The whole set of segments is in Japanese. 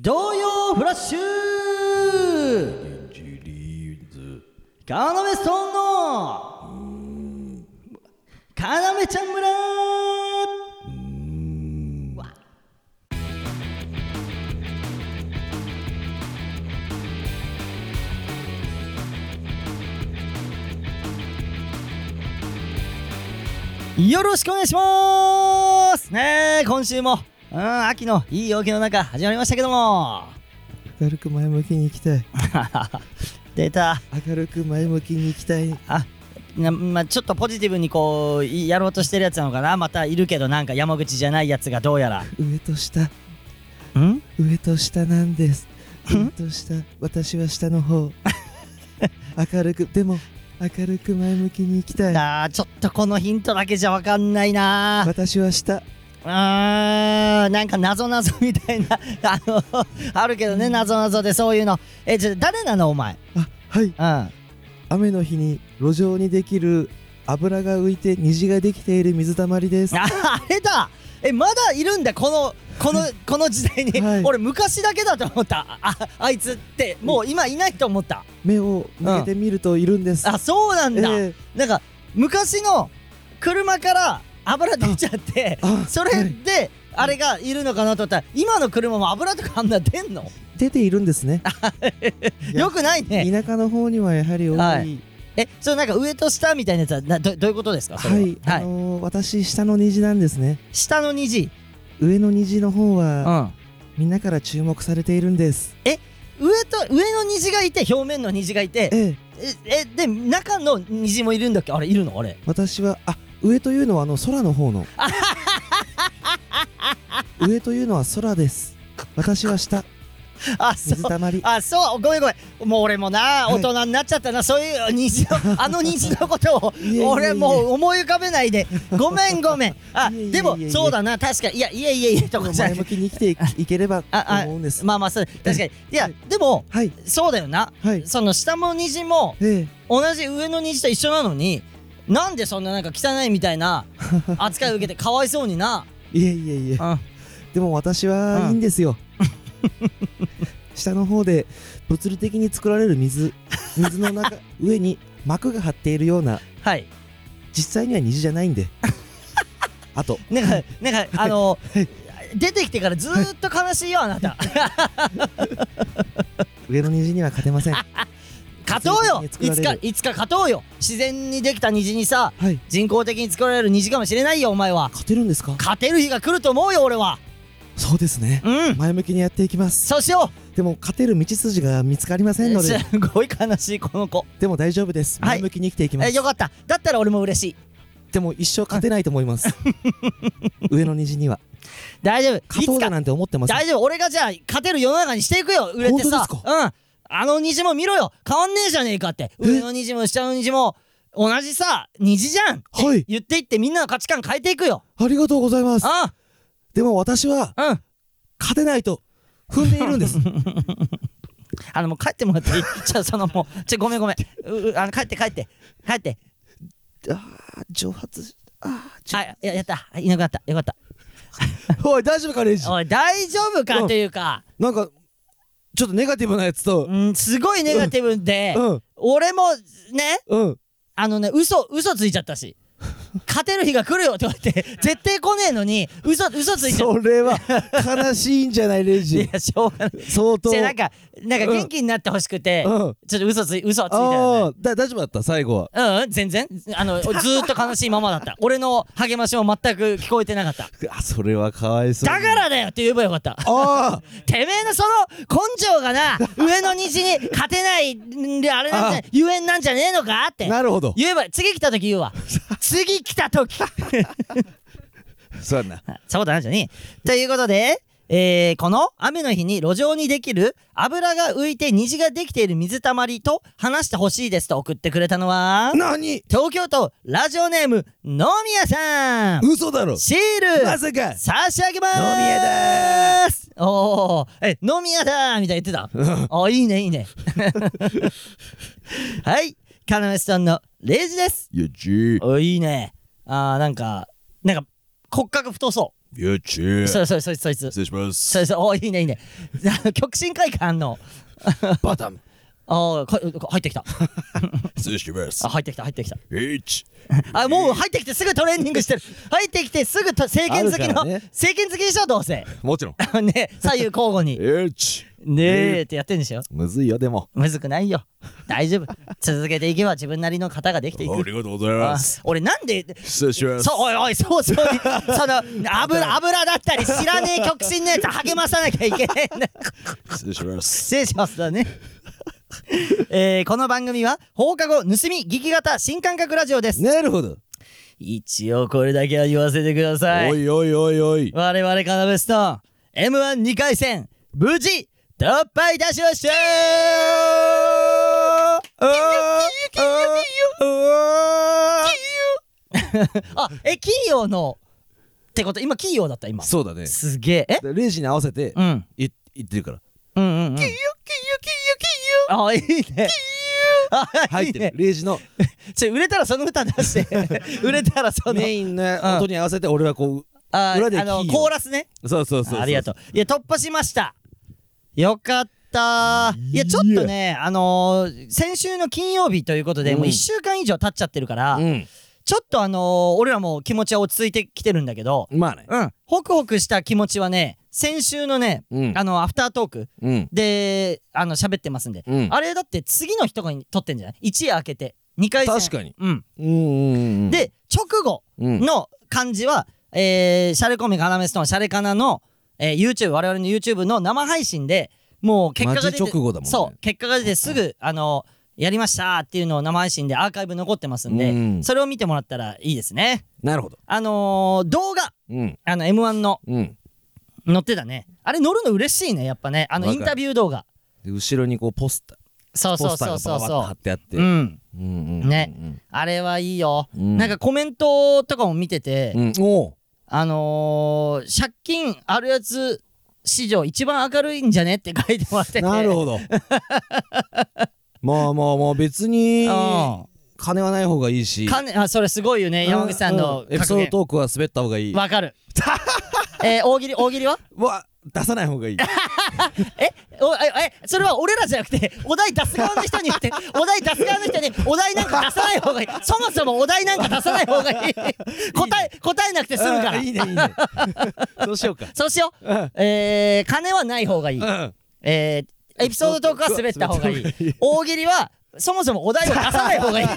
童謡フラッシュカナメストンのカナメちゃん村わよろしくお願いしますねえ今週もうん秋のいい陽気の中始まりましたけども明るく前向きに行きたい 出た明るく前向きに行きたいあなまあ、ちょっとポジティブにこういやろうとしてるやつなのかなまたいるけどなんか山口じゃないやつがどうやら上と下ん上と下なんです上と下私は下 の方明るくでも明るく前向きに行きたいあーちょっとこのヒントだけじゃわかんないな私は下あーなんか謎謎みたいな あのあるけどね謎謎でそういうのえちょ誰なのお前あはいうん雨の日に路上にできる油が浮いて虹ができている水たまりですああれだえまだいるんだこのこのこの時代に、はい俺昔だけだと思ったああいつってもう今いないと思った目を向けてみるといるんですあそうなんだ、ええなんか昔の車から油出ちゃってあそれはいであれがいるのかなと思ったら今の車も油とかあんな出んの出ているんですねいやよくないね田舎の方にはやはり多いははいい、えそのなんか上と下みたいなやつはなどどういうことですかそれはあのー私下の虹なんですね下の虹、上の虹の方うはん、みんなから注目されているんです上と上の虹がいて表面の虹がいてええええで中の虹もいるんだっけあれいるのあれ私はあ上というのはあの空 の方の上というのは空です私は下あそう水たまりあそうごめんごめんもう俺もなはい大人になっちゃったな、そういう虹 のあの虹のことをいえいえいえ俺もう思い浮かべないでごめんごめんあいえいえいえでもいえいえそうだな確かにいやいえいえいえとかじゃ前な向くきに生きていいければとああ思うんですまあまあそう確かにいやはいでもはいそうだよなはいその下も虹もえ同じ上の虹と一緒なのになんでそんななんか汚いみたい な扱いを受けてかわいそうにな、えいえいえいえうん、でも私うんはいいんですよ下の方で物理的に作られる水水 の中上に膜が張っているようなはい実際には虹じゃない んであとなんかなんかあのはい出てきてからずーっと悲しいよあなた上の虹には勝てま せんは勝とうよ自い然につか作られるいつか勝とうよ自然にできた虹にさい人工的に作られる虹かもしれないよお前は勝てるんですか勝てる日が来ると思うよ俺はそうですねうん前向きにやっていきますそうしよでも勝てる道筋が見つかりまうせんのすでごい悲しいこの子でも大丈夫ですはい前向きに生きていきまえす、よかっただったら俺も嬉しいでも一生勝てないと思います 上の虹には大丈夫勝いとつうだかなんて思ってません大丈夫俺がじゃあ勝てる世の中にしていくよ売れてさ本当でうすんあの虹も見ろよ変わんねえじゃねえかってえ上の虹も下の虹も同じさ虹じゃんってはい言っていってみんなの価値観変えていくよありがとうございますあでも私はうん勝てないと踏んでいるんです あのもう帰ってもらっていいちょそのもうちょごめんごめんううあの帰って帰って帰ってあー蒸発しあーちょあややったあいなくなったよかったおい大丈夫かレイジおい大丈夫かというかなんかちょっとネガティブなやつとうんすごいネガティブでうん俺もねうんあのね嘘嘘ついちゃったし勝てる日が来るよって言わ れて絶対来ねえのに嘘嘘ついちゃっそれは悲しいんじゃないレイたいジやしょうがない相当じゃあなんかなんかうん元気になってほしくてうんちょっと嘘つい嘘はついたよねああだ大丈夫だった最後はうんうん全然あのずーっと悲しいままだった俺の励ましも全く聞こえてなか ったあそれはかわいそうだからだよって言えばよかった。ああてめえのその根性が な、上の虹に勝てないんで、あれなんじゃ、ゆえんなんじゃねえのかって。なるほど言えば、次来た時言う わ。次来た時 そうやんなそうだなじゃねえ。ということで、えー、この雨の日に路上にできる油が浮いて虹ができている水たまりと話してほしいですと送ってくれたのは、何東京都ラジオネーム、野宮さん。嘘だろシールまさか差し上げまーす飲み屋だおおえ飲み屋だーみたいに言ってたあいいねいい ねはいカナメスさんのレイジですいやじおいいねあーなんかなんか骨格太そゆうちゅそれそれそれそいつ失礼しまそす。れそれおいいねいい ね極真会館 のバタン。 あか入ってきた失礼しますあ。入ってきた入ってきた一。あもう入ってきてすぐトレーニングしてる入ってきてすぐと政権好きあるかの、らね政権好きでしょどうせ もちろん。ね左右交互に一。ねえってやってんでしょむずいよでもむずくないよ大丈夫続けていけば自分なりの型ができていあくりがとうございあます。俺なんで失礼します。そうおいおいそうそうその油油だったり知らねえ極真のやつ励まさなきゃいけないんだ失礼します。失礼しますだね。えーこの番組は放課後盗み聞き型新感覚ラジオですなるほど一応これだけは言わせてくださおいいおいおいおい。我々カナベストーン m 1 2回戦無事突破いたしましたあえ企業のってこと今企業だった今そうだねすげええレジに合わせてうんい言ってるからうんうんうんあいいねあ入いっいてねるレジのちょ売れたらその歌出して売れたらそのメインの音に合わせて俺はこあ裏であのキーをコーラスねうそうそうそうありがとういや突破しましたよかったいやちょっとねあのー先週の金曜日ということで、うんもう1週間以上経っちゃってるから、うんちょっとあのー俺らも気持ちは落ち着いてきてるんだけどまあねうんホクホクした気持ちはね先週のね、うんあのアフタートークうんであの喋ってますんで、うんあれだって次の日とかに撮ってんじゃない一夜明けて2回戦確かにうんうんうんうんうんで直後うんの感じは、えーシャレコミカナメストーンシャレカナの、えー YouTube 我々の YouTube の生配信でもう結果が出てマジ直後だもんねそう結果が出てすぐあのやりましたっていうのを生配信でアーカイブ残ってますんで、うんそれを見てもらったらいいですねなるほどあのー動画うんあの m 1のうん載ってたねあれ載るの嬉しいねやっぱねあのわイかるンタビュー動画で後ろにこうポスターそうそポうスターそうがそうババッと貼そってあってううんうんうんうんねあれはいいよ、うんなんかコメントとかも見てて、うんおうあのー、借金あるやつ史上一番明るいんじゃねって書いてもら っててなるほどまあまあまあ別にうん金はない方がいいしかねあそれすごいよね山口さんのうエピ格ソード言トークは滑った方がいいわかる えー大喜利大喜利はわ出さない 方がいいおええそれは俺らじゃなくてお題出す側の人に言って お題出す側の人にお題なんか出さない方がいいそもそもお題なんか出さない方がいい答え答えなくて済むかあらいいねい いねそうしようかそうしよう、えー、金はない方がいい、うんえーエピソードトークは滑った方がいい。大喜利は、そもそもお題を出さない方が いい。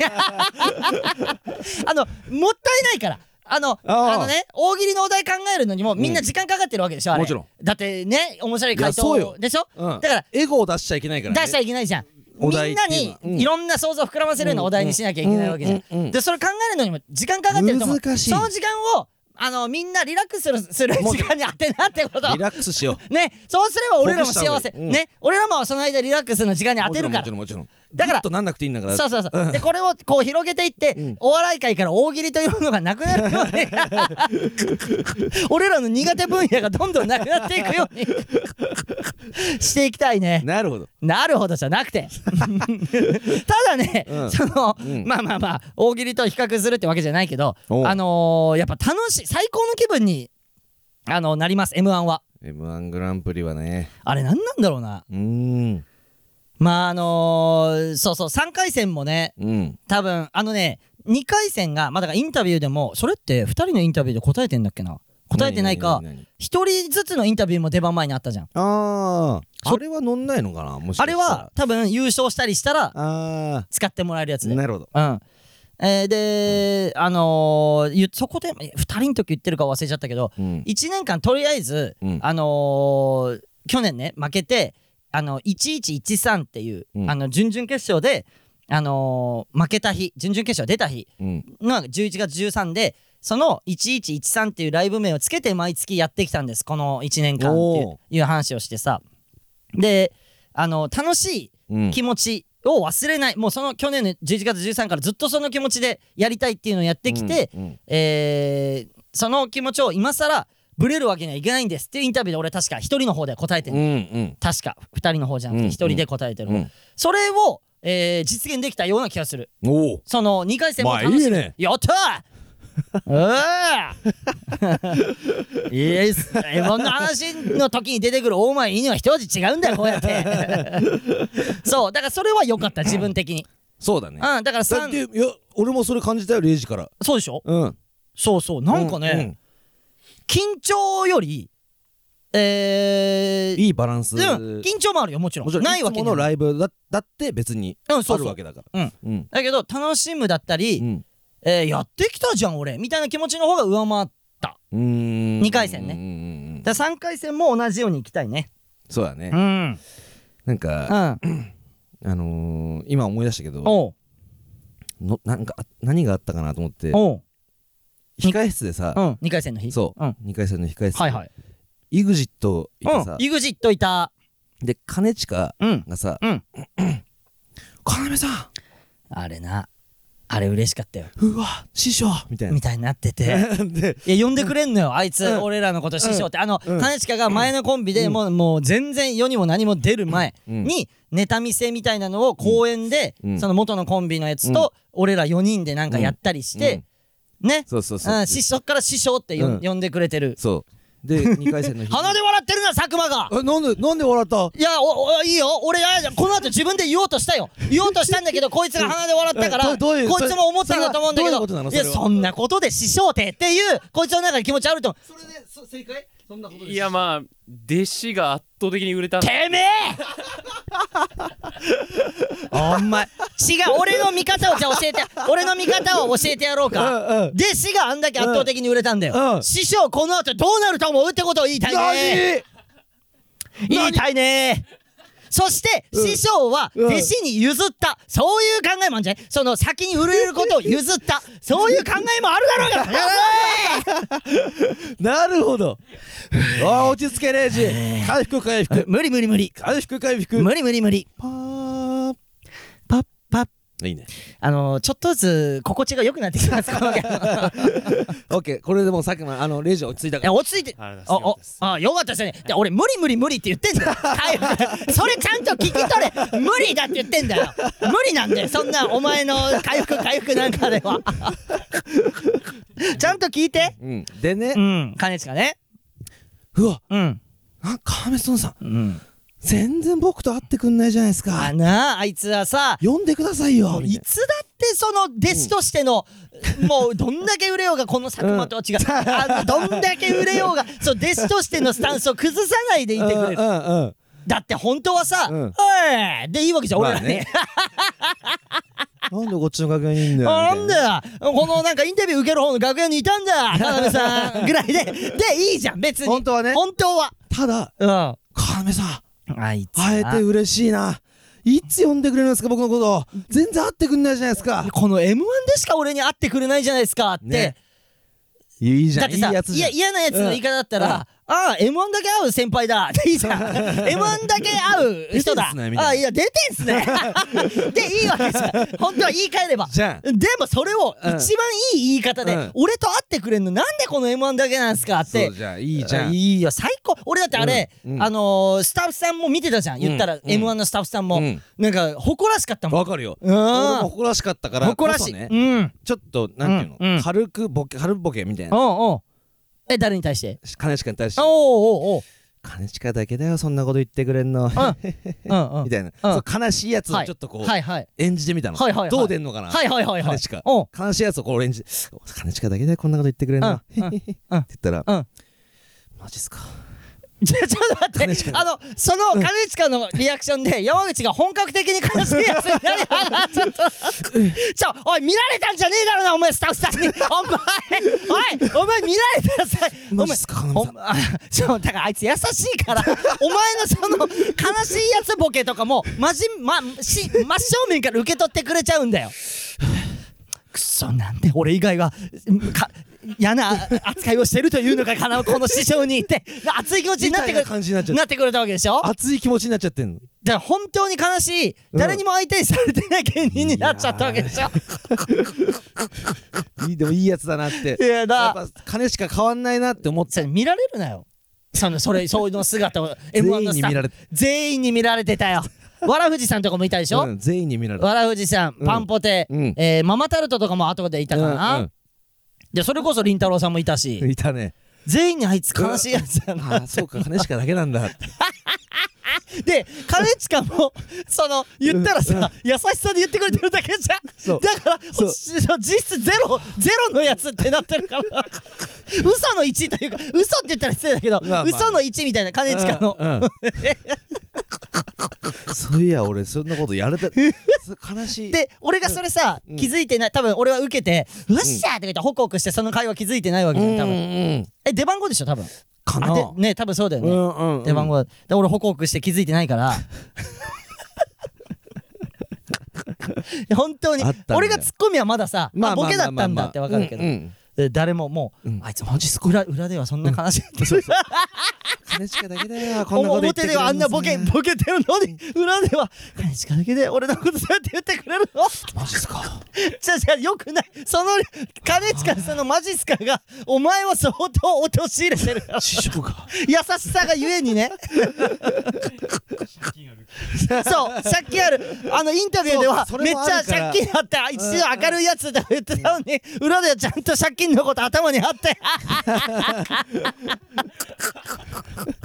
あの、もったいないから。あの、あーあのね、大喜利のお題考えるのにもみんな時間かかってるわけでしょ、あれもちろん。だってね、面白い回いやそうよ答でしょうんだから、エゴを出しちゃいけないからね出しちゃいけないじゃん。みお題んなっていうのにはうんいろんな想像を膨らませるようなお題にしなきゃいけないわけじゃ。うんうんうんうんんで、それ考えるのにも時間かかってると思う。難しいその時間を、あの、みんなリラックスするする時間に当てなってこと。リラックスしよね、そうすれば俺らも幸ほぐしせ、た方がいいうんね、俺らもその間リラックスの時間にう当てるかもちら。ろんもちろんもちろんだからグッとなんなくていいんだからそうそうそう、でこれをこう広げていって、うんお笑い界から大喜利というのがなくなるように 俺らの苦手分野がどんどんなくなっていくよう にしていきたいねなるほどなるほどじゃなく てただね、うんその、んまあまあまあ大喜利と比較するってわけじゃないけどおうあのーやっぱ楽しい最高の気分に、あのなります m 1は M1 グランプリはねあれ何なんだろうなうーんまああのーそうそう3回戦もねうん多分あのね2回戦がまあだからインタビューでもそれって2人のインタビューで答えてんだっけな答えてないか何何何1人ずつのインタビューも出番前にあったじゃんああそそれは乗んないのかなもしかあしたれらは多分優勝したりしたらあ使ってもらえるやつあでなるほどうんえーで、あのーゆそこで2人の時言ってるか忘れちゃったけどうん1年間とりあえず、うんあのー去年ね負けてあの1113っていう、うんあの準々決勝で、あのー負けた日準々決勝出た日うんの11月13でその1113っていうライブ名をつけて毎月やってきたんですこの1年間っていうおーいう話をしてさであの楽しういん気持ちを忘れない、もうその去年の11月13からずっとその気持ちでやりたいっていうのをやってきて、うんうんえーその気持ちを今更ブレるわけにはいけないんですっていうインタビューで俺確か一人の方で答えてる、うん確か二人の方じゃなくてうん一人で答えてるう方、んそれを、えー実現できたような気がするおおその2回戦もまあ楽しみいいねやったー うんいいっすエモンの話の時に出てくる大前犬は一味違うんだよこうやって そうだからそれは良かった自分的にそうだねうんだからだって3いや俺もそれ感じたよ0時からそうでしょうんそうそうなんかね、う緊張よりえーいいバランスうん、緊張もあるよもちろんもちろんないわけいつなもいのライブだだって別にうんそあうるそわうけだかうらんうんだけど楽しむだったり、うんえーやってきたじゃん俺みたいな気持ちの方が上回ったうーん二回戦ねうんうんうんうんだから3回戦も同じように行きたいねそうだねうんなんかうんあのー今思い出したけどおうのなんかあ何があったかなと思っておう控室でさうん2回戦の日そううん2回戦の控室はいはい EXIT いてさうん EXIT いたで兼近うんがさうん「要さんあれなあれ嬉しかったようわ師匠!」みたいなみたいになって て でいや呼んでくれんのよあいつうん俺らのこと師匠ってあのうん兼近が前のコンビでうんもうもう全然世にも何も出る前うんにネタ見せみたいなのを公演でうんその元のコンビのやつと俺ら4人でなんかやったりしてねそうそうそううん師そっから師匠って呼うんん呼んでくれてるそう で2回戦の日鼻で笑ってるな佐久間がえなんでなんで笑ったいやおおいいよ俺あこの後自分で言おうとしたよ言おうとしたんだけ どこいつが鼻で笑ったからえどどういうこいつも思ったんだと思うんだけそれはどういうことなどのいやそれはそんなことで師匠ってっていうこいつの中で気持ちあると思ういやまあ弟子が圧倒的に売れたてめえお前違う俺の見方をじゃあ教えて俺の見方を教えてやろうかうん弟子があんだけ圧倒的に売れたんだうんうよん師匠この後どうなると思うってことを言いたいね言いたいねそして、師匠はうん弟子に譲った、そういう考えもあるんじゃないその先に売れることを譲った、そういう考えもあるだろうがなるほどあー落ち着けレイジ回復回復無理無理無理。回復回復無理無理無理。パーパッパッ。いいねあのー、ちょっとずつ心地が良くなってきてます、このギャグオッケーこれでもう佐久間あのレイジ落ち着いたいからや落ち着いて。ありがおとうございおますあよかったですねで俺無理無理無理って言ってんだよはいそれちゃんと聞き取れ無理だって言ってんだよ無理なんだよそんなお前の回復回復なんかではちゃんと聞いてうんでねうん兼近ねうわうんなんか亀園さうんん全然僕と会ってくんないじゃないですあかなああいつはさ読んでくださいよみいたいつだってその弟子としての、もうどんだけ売れようがこの佐久間とは違う、あのどんだけ売れようがそう弟子としてのスタンスを崩さないでいなてくれるうんうんうんだって本当はさ「うんおい!」でいいわけじゃん俺ら ねなんでこっちの楽屋にいんだよあな んみたいだよこのなんかインタビュー受ける方の楽屋にいたん だ田辺さんぐらいででいいじゃん別に本当はね本当はただう亀さんんあいつ会えなて嬉しいないつ呼んでくれるんですか僕のこと全然会ってくんないじゃないですかこの m 1でしか俺に会ってくれないじゃないですかって、ねいいじだゃっんていいさやつじゃん嫌なやつの言い方だったら、ああ M1 だけ会う先輩だ っていい じゃん M1 だけ会う人だ出てんすねみたいなあいや出てんす ねでいいわけじゃん本当は言い換えればじゃんでもそれを一うん番いい言い方で、うん俺と会ってくれんのなんでこの M1 だけなんすかってそうじゃんいいじゃんいいよ最高俺だってあれ、うんうんあのースタッフさんも見てたじゃん言ったら、うん M1 のスタッフさんも、うんなんか誇らしかったもんわかるようん俺も誇らしかったから誇らこしそい、ねうんちょっとなんていうの、うんうん軽くボケ軽ボケみたいなおうおうえ誰に対して兼近に対しておうおうおう「兼近だけだよそんなこと言ってくれんの」うんうん みたいうな、んそう悲しいやつはをいちょっとこう、はいはい演じてみたの、はいはいはいどう出んのかな、はいはいはいはい兼近おう悲しいやつをこう演じて「兼近だけだよこんなこと言ってくれんの」うんうんって言うんったら「うん マジっすか」ちょちょっと待兼って近あのその兼近のリアクション で山口が本格的に悲しいやつになりやちょっとちょおい見られたんじゃねえだろなお前スタッフさん にお前おいお前見られたさおマジ前っすか金お本さんあそうだからあいつ優しいからお前のその悲しいやつボケとかもまじまし真正面から受け取ってくれちゃうんだよくそなんで俺以外はか嫌な扱いをしてるというのかかな この師匠にって熱い気持ちになってみくれたいな感じになっちゃってなってくれたわけでしょ熱い気持ちになっちゃってんのだから本当に悲しい誰にも相手にされてない芸人になっちゃったわけでしょいいでもいいやつだなっていやだ やっぱ金しか変わんないなって思ってそれ見られるなよそのそれそういうの姿を m 1のスタッ 全員に見らフれ全員に見られてた よわらふじさんとかもいたでしょ、うん、全員に見られたわらふじさん、うんパンポテ、うんえーママタルトとかも後でいたかな、うんうんでそれこそりんたろーさんもいたしいたね。全員にあいつ悲しいやつだなああ、 そうか、金しかだけなんだ。で兼近もその言ったらうんうんさ優しさで言ってくれてるだけじゃんそう。だからそうし実質ゼロゼロのやつってなってるから 嘘の1というか嘘って言ったら失礼だけど、まあまあ嘘の1みたいな兼近のうんうん そういや、俺、そんなことやれた。そう悲しい。で俺がそれさ、うん気づいてない多分俺は受けて「うっしゃ!」とか言ってホクホクしてその会話気づいてないわけじゃん多分分。え出番後でしょ多分かあな。でね多分そうだよね、うんうんうん出番後で俺ホクホクして気づいてないから いや本当にあったんだよ俺がツッコミはまださ、まああボケだったんだってわかるけど、うんうんで誰ももう、うんあいつマジす裏裏ではそんな悲しい、金しかだけだよ。こんなこと言っ表てくれでるはあんなボケさボケてるのに裏では「何しかだけで俺のことそうやって言ってくれるの?」マジっすか。じゃじゃよくないその兼近そのマジっすかがお前を相当陥れてる師匠が。優しさがゆえに ねそう借金あるあのインタビューではそうそめれっもちあゃるから借金あった一度明るいやつだと言ってたのに裏ではちゃんと借金のこと頭にあって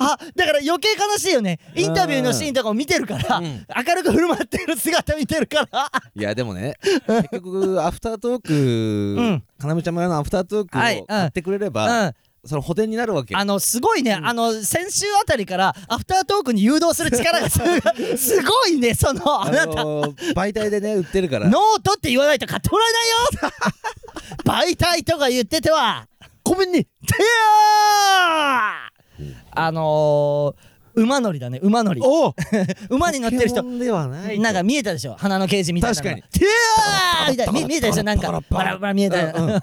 あだから余計悲しいよねインタビューのシーンとかも見てるから、ん明るく振る舞ってる姿見てるから いやでもね結局アフタートーク、うんかなめちゃん村のアフタートークはいうんを買ってくれれうば、んその補填になるわけよあのすごいね、あの先週あたりからアフタートークに誘導する力がすごいすごいねそのあなた、のー媒体でね売って るからノートって言わないと買ってもらえない よ媒体とか言っててはごめんねてやーあのー、馬乗りだね馬乗りお 馬に乗ってるポ人ケモンではないなんか見えたでしょ鼻のケージみたいなのが確てやーみたいな見見えたでしょなんかバラバラ見えたよ、うんうん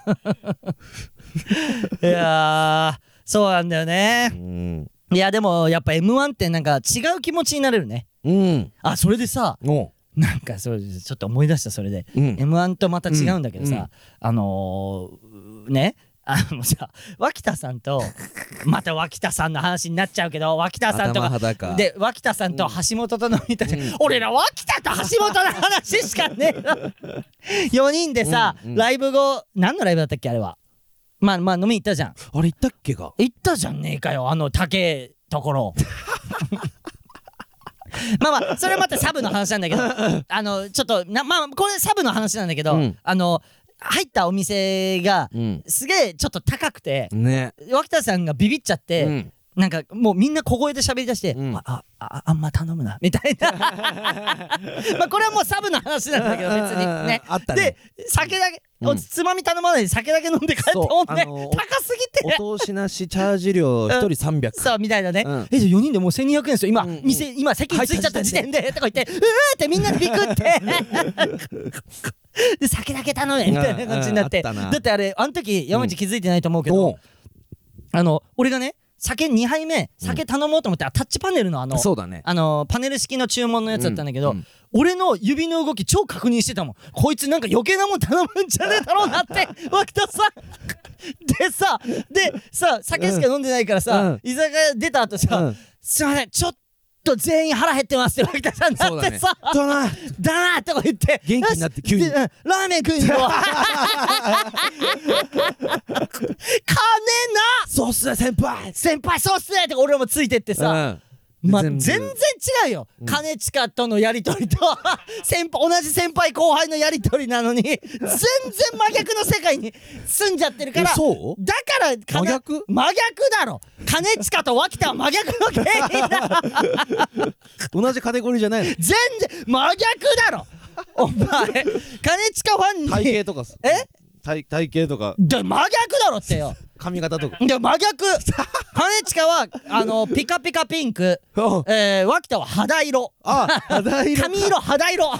いやーそうなんだよねうんいやでもやっぱ M1 ってなんか違う気持ちになれるね。うんあそれでさおなんかそれちょっと思い出したそれで、うん M1 とまた違うんだけどさ、うんあのー、ねあのさ脇田さん とまた脇田さんの話になっちゃうけど脇田さんと頭か裸で脇田さんと橋本と飲みたい、俺ら脇田と橋本の話しかねえ4 人でさ、うんうんライブ後何のライブだったっけあれはまあまあ飲みに行ったじゃんあれ言ったっけか行ったじゃんねえかよあの高えところ まあまあそれはまたサブの話なんだけどあのちょっとなまあこれサブの話なんだけど、うんあの入ったお店がうんすげえちょっと高くてね脇田さんがビビっちゃって、うんなんかもうみんな小声で喋り出して、うんああああんま頼むなみたい なまあこれはもうサブの話なんだけど別にねあったねで酒だけ、うんおつまみ頼まないで酒だけ飲んで帰ったもんね、そうあの高すぎてお通しなしチャージ料一人300 そうみたいなね、うんえじゃあ4人でもう1200円ですよ今、うんうん店今席に着いちゃった時点でとか言ってうーってみんなでビクって で酒だけ頼めみたいな感じになって、うんうんあったなだってあれあの時山口気づいてないと思うけど、おうあの俺がね酒2杯目酒頼もうと思って、あタッチパネルのあのそうだねあのパネル式の注文のやつだったんだけど、うんうん俺の指の動き超確認してたもんこいつなんか余計なもん頼むんじゃねえだろうなって 脇田さんでさでさ酒しか飲んでないからさ、居酒屋出た後さ、うんすいませんちょっと全員腹減ってますって脇田さんだそうっだてねさだなだなーとか言って元気になって急によしでうんラーメン食いに行こ う金なそうっすね先輩先輩そうっすねとか俺らもついてってさ、うんまあ、全全部然違うよ、兼近とのやり取りと 先輩同じ先輩後輩のやり取りなのに全然真逆の世界に住んじゃってるからえそうだからかな真逆真逆だろ兼近と脇田は真逆の芸人 だ同じカテゴリーじゃないの 全然真逆だろお前兼近ファン体に型とかすえ体体型とかだ真逆だろってよ髪型 とかで真逆兼近はあのピカピカピンク、あえー、脇田は肌色あ肌色髪色肌 色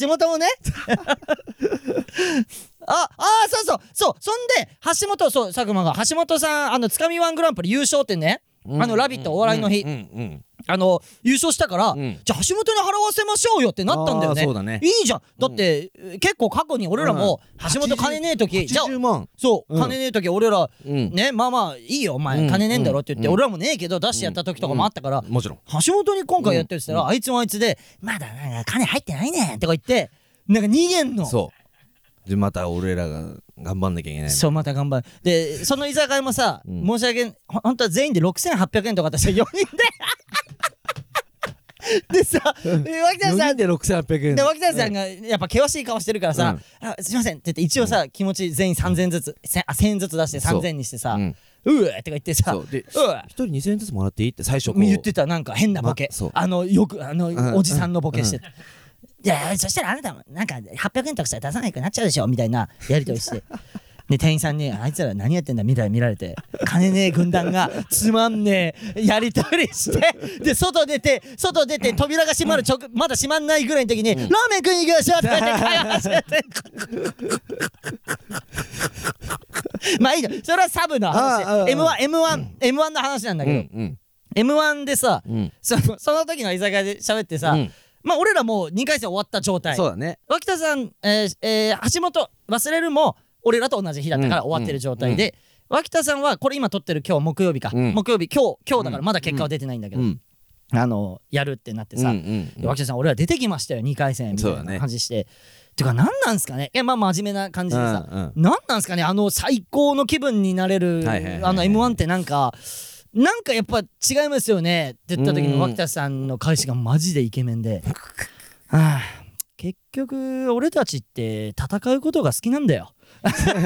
橋本もねああーそうそうそうそんで橋本そう佐久間が橋本さんあのつかみワングランプリ優勝ってね、あの「ラビット!」お笑いの日、うんうんあの優勝したから、んじゃあ橋本に払わせましょうよってなったんだよねあーそうだねいいじゃんだって、結構過去に俺らも橋本金ねえ時、じゃあ80万そう、うん金ねえ時俺ら、うんねまあまあいいよお前、うん金ねえんだろって言って、うん俺らもねえけど出してやった時とかもあったから、もちろん橋本に今回やってるって言ったら、あいつもあいつで「まだなんか金入ってないねん」とか言ってなんか逃げんのそでまた俺らが頑張んなきゃいけないそうまた頑張るでその居酒屋もさ、うん申し訳んほ本当は全員で6800円とか出して4人 ででさで脇田4さ人んで6800円で脇田さんがやっぱ険しい顔してるからさ「あすいません」って言って一応さ気持ち全員3000円ずつせんあ1000円ずつ出してそう3000円にしてさ「ううんうえ」とか言ってさそううでえ一人2000円ずつもらっていいって最初こう言ってたなんか変なボケまそうあのよくあんのおじさんのボケしていやそしたらあなたもなんか800円とかしたら出さないくなっちゃうでしょみたいなやり取りして で店員さんに「あいつら何やってんだ」みたいに見られて金ねえ軍団がつまんねえやり取り してで外出て外出て扉が閉まる直まだ閉まんないぐらいの時に「ラーメン食いに行きましょう」って言って会話してて まあいいじゃんそれはサブの話ああああ m 1 m 1 m 1の話なんだうけど、ん M1 でさ、うんうんそのその時の居酒屋で喋ってさ、うんまあ俺らもう2回戦終わった状態そうだね脇田さん、えーえー橋本忘れるも俺らと同じ日だったからうん終わってる状態で、脇田さんはこれ今撮ってる今日木曜日か、うん木曜日今日今日だからまだ結果は出てないんだけど、うんあのやるってなってさ、うんうんうんで脇田さん俺ら出てきましたよ2回戦みたそいうだなね感じして、てか何なんすかねいやまあ真面目な感じでさ、うんうんなんなんですかねあの最高の気分になれる、はいはいはいはいあの m 1ってなんかなんかやっぱ違いますよねって言った時うのん脇田さんの返しがマジでイケメン で、はあ、結局俺たちって戦うことが好きなんだよ金ね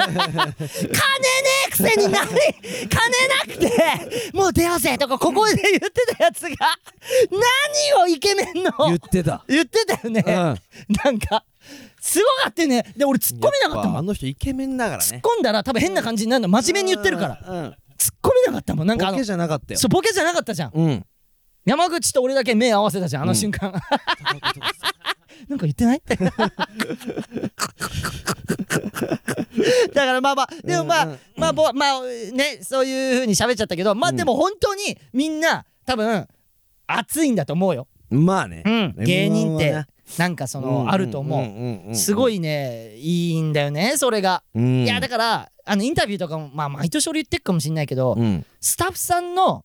えくせに何金なくてもう出ようぜとかここで言ってたやつが何をイケメンの言ってた言ってたよね、うんなんかすごかったよねで俺突っ込めなかったもんやぱあの人イケメンだから突っね込んだら多分変な感じになるの真面目に言ってるからら突っ込めなかったもんなんかあボのケじゃなかったよそうボケじゃなかったじゃんうん山口と俺だけ目合わせたじゃんあの瞬間、 なんか言ってない だからまあまあ でもまあ、うんうんまあぼまあねそういう風に喋っちゃったけどまあでも本当にみんな多分熱いんだと思うよ、まあねうん芸人ってなんかその、あると思う,、思すごいいねいいんだよねそれがいいやだからあのインタビューとかも、まあ、毎年俺言ってるかもしれないけど、うんスタッフさんの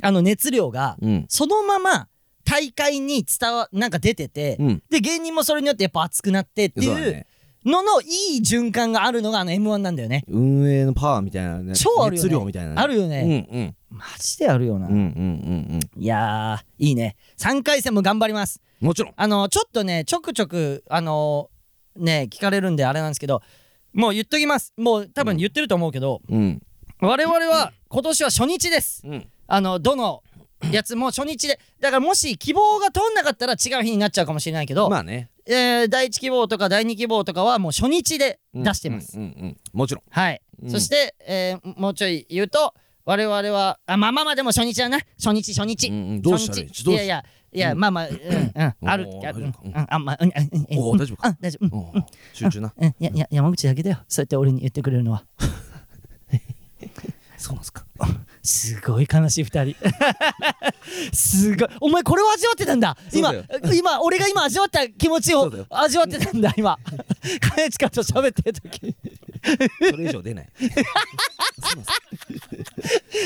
あの熱量がうんそのまま大会に伝わなんか出てて、うんで芸人もそれによってやっぱ熱くなってってそうだいうねののいい循環があるのがあの m 1なんだよね。運営のパワーみたいなね超あるよね熱量みたいなねあるようね、んマジであるよな、うんうんうんいやーいいね3回戦も頑張りますうんもちろんあのちょっとねちょくちょくあのね聞かれるんであれなんですけどもう言っときますもう多分言ってると思うけど、うん我々は今年は初日ですうんあのどのやつも初日でだからもし希望が通んなかったら違う日になっちゃうかもしれないけど、まあねえー第1希望とか第2希望とかはもう初日でうん出してます、うんうんもちろんはい、うんそして、えーもうちょい言うと我々はあまあまあまあでも初日だな初日初日、うんうんどうしたらいい初日どういしやいやいや、まあまあ、うんうん、あるおーいやうん大丈夫かうんあんまあうんうんうんおー大丈夫かうん大丈夫うんおー集中なうんいやいや山口だけだよそうやって俺に言ってくれるのはそうなんす かすごい悲しい二人 すごいお前これを味わってたんだ今そう今俺が今味わった気持ちそをうだよ味わってたん だ今兼近と喋ってる時それ以上出ない そうなんすか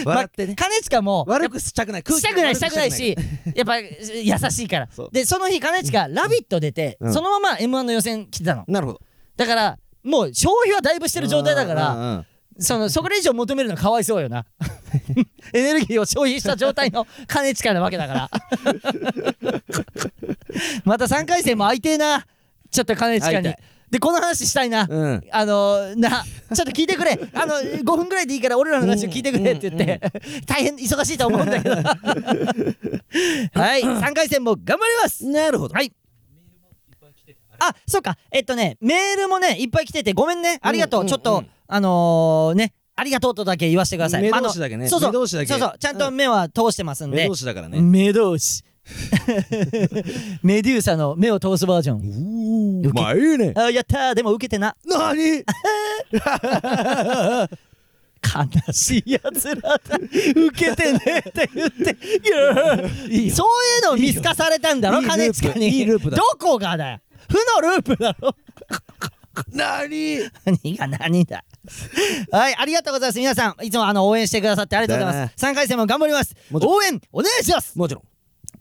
笑ってねまあ兼近も悪くしたくない空気したくない悪したくないしやっぱ優しいからそうでその日兼近「ラビット!」出て、うんそのまま m 1の予選来てたのなるほどだからもう消費はだいぶしてる状態だかうらんうんうんそのそこ以上求めるのかわいそうよ なエネルギーを消費した状態の兼近なわけだからまた3回戦も空いてえなちょっと兼近会いたにいでこの話したいな、うんあのなちょっと聞いてくれあの5分ぐらいでいいから俺らの話を聞いてくれって言って、大変忙しいと思うんだけ どはい3回戦も頑張りますなるほどはいあそうかえっとねメールもねいっぱい来ててごめんねありがとう、うんうんちょっと、うんあのー、ねありがとうとだけ言わせてください目あの同士だけねそうそう目同士だけそうそうちゃんと目は通してますんで、目同士だからね目同 士メデューサの目を通すバージョンうーまあいいねあやったーでも受けてななに悲しいやつらだ受けてねって言っていやーそういうのを見透かされたんだろいいよい金いループ近にいいループだどこがだよ負のループだろなに何が何だはいありがとうございます皆さんいつもあの応援してくださってありがとうございだまねす3回戦も頑張りますもちろん応援お願いしますもちろん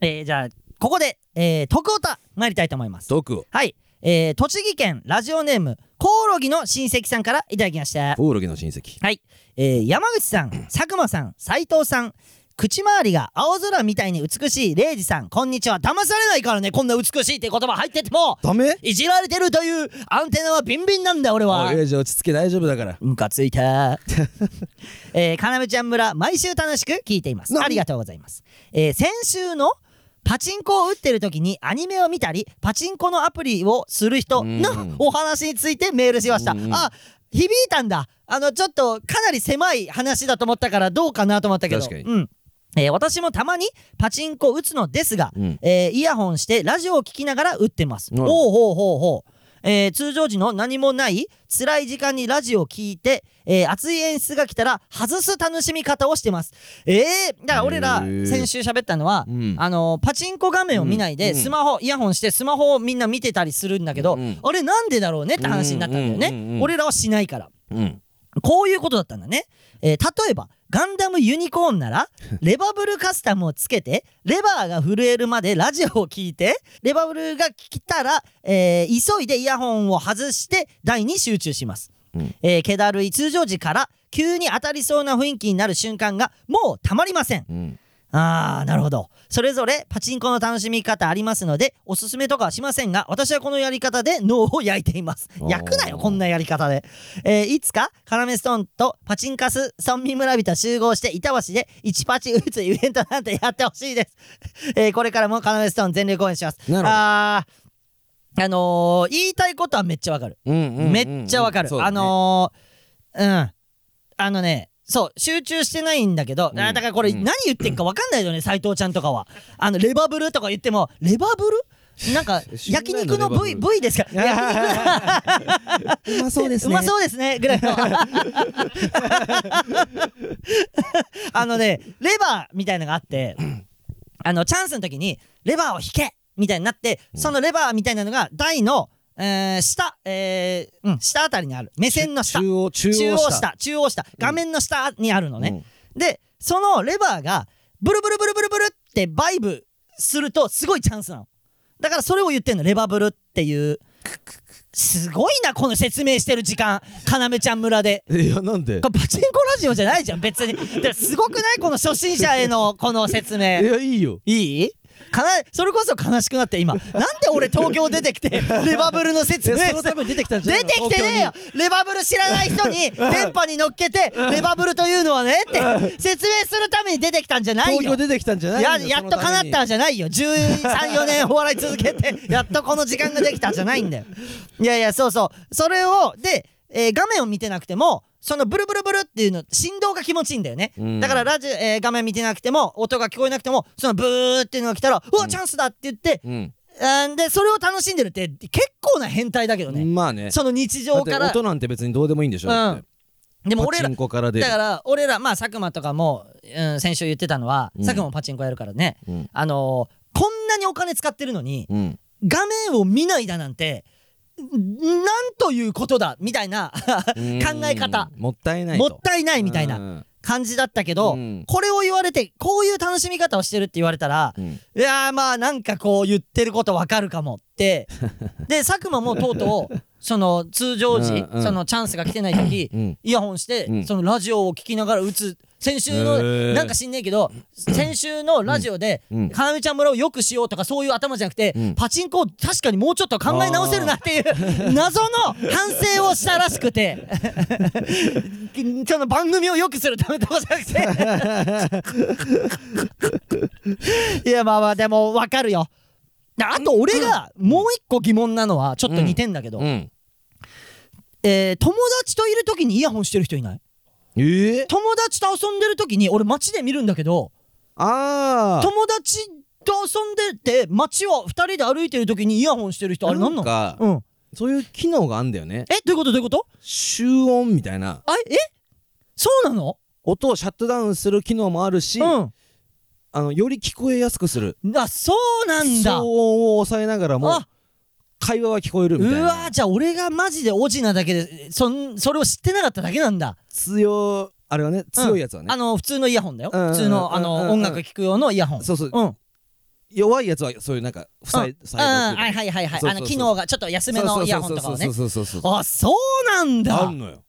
えーじゃあここで、えー、徳歌参りたいと思います毒をはい、えー栃木県ラジオネームコオロギの親戚さんからいただきました。コオロギの親戚はい、えー山口さん、佐久間さん、斉藤さん、口周りが青空みたいに美しい礼二さん、こんにちは。騙されないからね、こんな美しいって言葉入ってても、ダメいじられてるというアンテナはビンビンなんだ、俺は。親父落ち着け大丈夫だからうんかつい た。えー、かなめちゃん村、毎週楽しく聞いています。なありがとうございます。えー、先週のパチンコを打ってる時にアニメを見たり、パチンコのアプリをする人のお話についてメールしました。あ、響いたんだ。あの、ちょっとかなり狭い話だと思ったからどうかなと思ったけど。確かにうん。えー私もたまにパチンコ打つのですが、うんえーイヤホンしてラジオを聞きながら打ってます。ほうほうほうほう。えー通常時の何もない辛い時間にラジオを聞いて、えー熱い演出が来たら外す楽しみ方をしてます。えー、だから俺らへー先週喋ったのは、うんあのーパチンコ画面を見ないで、うんスマホイヤホンしてスマホをみんな見てたりするんだけど、うんあれなんでだろうねって話になったんだようんうんうんねう。ん俺らはしないから。うんこういうことだったんだね。えー例えば、ガンダムユニコーンな ら、レバブルカスタムをつけて、レバーが震えるまでラジオを聞いて、レバブルが来たら、えー急いでイヤホンを外して、台に集中します。うんえー気だるい通常時から、急に当たりそうな雰囲気になる瞬間が、もうたまりません。うんあー、なるほど。それぞれパチンコの楽しみ方ありますので、おすすめとかはしませんが、私はこのやり方で脳を焼いています。おー焼くなよ、こんなやり方で。えーいつか、カラメストーンとパチンカス村民村人集合して、板橋で1パチ打つイベントなんてやってほしいです。 えーこれからもカラメストーン全力応援します。なるほどあーあのー言いたいことはめっちゃわかる。うんうんめっちゃわかる、そうだねあのーうんあのねそう集中してないんだけど、あんーだからこれうん何言ってんかわかんないよね斎藤ちゃんとかはあのレバブルとか言ってもレバブルなん か知らない焼の肉の部位レバブ部位です か焼肉うまそうですうねまそうですねぐらいの あのねレバーみたいのがあってあのチャンスの時にレバーを引けみたいになってそのレバーみたいなのが台の、えー下、えーうん、下あたりにある目線の下中央中央中央下下中央下画面の下にあるのね、でそのレバーがブルブルブルブルブルってバイブするとすごいチャンスなのだからそれを言ってんのレバブルっていうすごいなこの説明してる時間要ちゃん村でいやなんでこれパチンコラジオじゃないじゃん別にだからすごくないこの初心者へのこの説い明やいいよいいかなそれこそ悲しくなって今なんで俺東京出てきてレバブルの説明いやしそのために出てきたんじゃな出いのてきてねえよレバブル知らない人 に電波に乗っけてレバブルというのはねって説明するために出てきたんじゃない東京に東よ京出てきたんじゃないやのやっと叶ったんじゃないよ134年お笑い続けてやっとこの時間ができたんじゃないんだよいやいやそうそうそれをで、えー画面を見てなくてもそのブルブルブルっていうの振動が気持ちいいんだよね、うんだからラジオ、えー画面見てなくても音が聞こえなくてもそのブーっていうのが来たらうわチャンスだって言って、うんあーでそれを楽しんでるって結構な変態だけどね、まあねその日だっ常てから音なんて別にどうでもいいんでしょだってうん、でもパ俺チらンコから出るだから俺らまあ佐久間とかも、うん、先週言ってたのは、うん佐久間もパチンコやるからね、うんあのーこんなにお金使ってるのにうん画面を見ないだなんてんなんということだみたいな考え方うんもったいないもとったいないみたいなな感じだったけど、うんこれを言われてこういう楽しみ方をしてるって言われたら、いやーまあなんかこう言ってることわかるかもって で佐久間もとうとうその通常時、うんうんそのチャンスが来てない時、うんイヤホンして、うんそのラジオを聞きながら打つ先週へのーなんか知んねえけど先週のラジオでう「んかなめちゃん村をよくしよう」とかそういう頭じゃなくて、うんパチンコを確かにもうちょっと考え直せるなっていう 謎の反省をしたらしくてその番組をよくするためとかじゃなくて。いやまあまあでもわかるよあと俺がもう一個疑問なのはちょっと似てんだけど、うんえー友達といる時にイヤホンしてる人いないええ友達と遊んでる時に俺街で見るんだけどあ友達と遊んでて街を2人で歩いてる時にイヤホンしてる人ああれなんなのかうんそういう機能があんだよねえどういうことどういうこと集音みたいなあえそうなの音をシャットダウンする機能もあるしうあのより聞こえやすくするんあそうなんだ騒音を抑えながらもあ会話は聞こえるみたいうわなじゃあ俺がマジでオジなだけでそんそれを知ってなかっただけなんだ強あれはね強いやつはねあの普通のイヤホンだよ、うん普通のあうんの、うん音楽聴く用のイヤホンそうそううん弱いやつはそういうなんか負債負うん、債はいはいはいはいそうそうそうあの機能がちょっと安めのイヤホンとかをねそうそうそうそうそうそうあそうなんだあはるのよ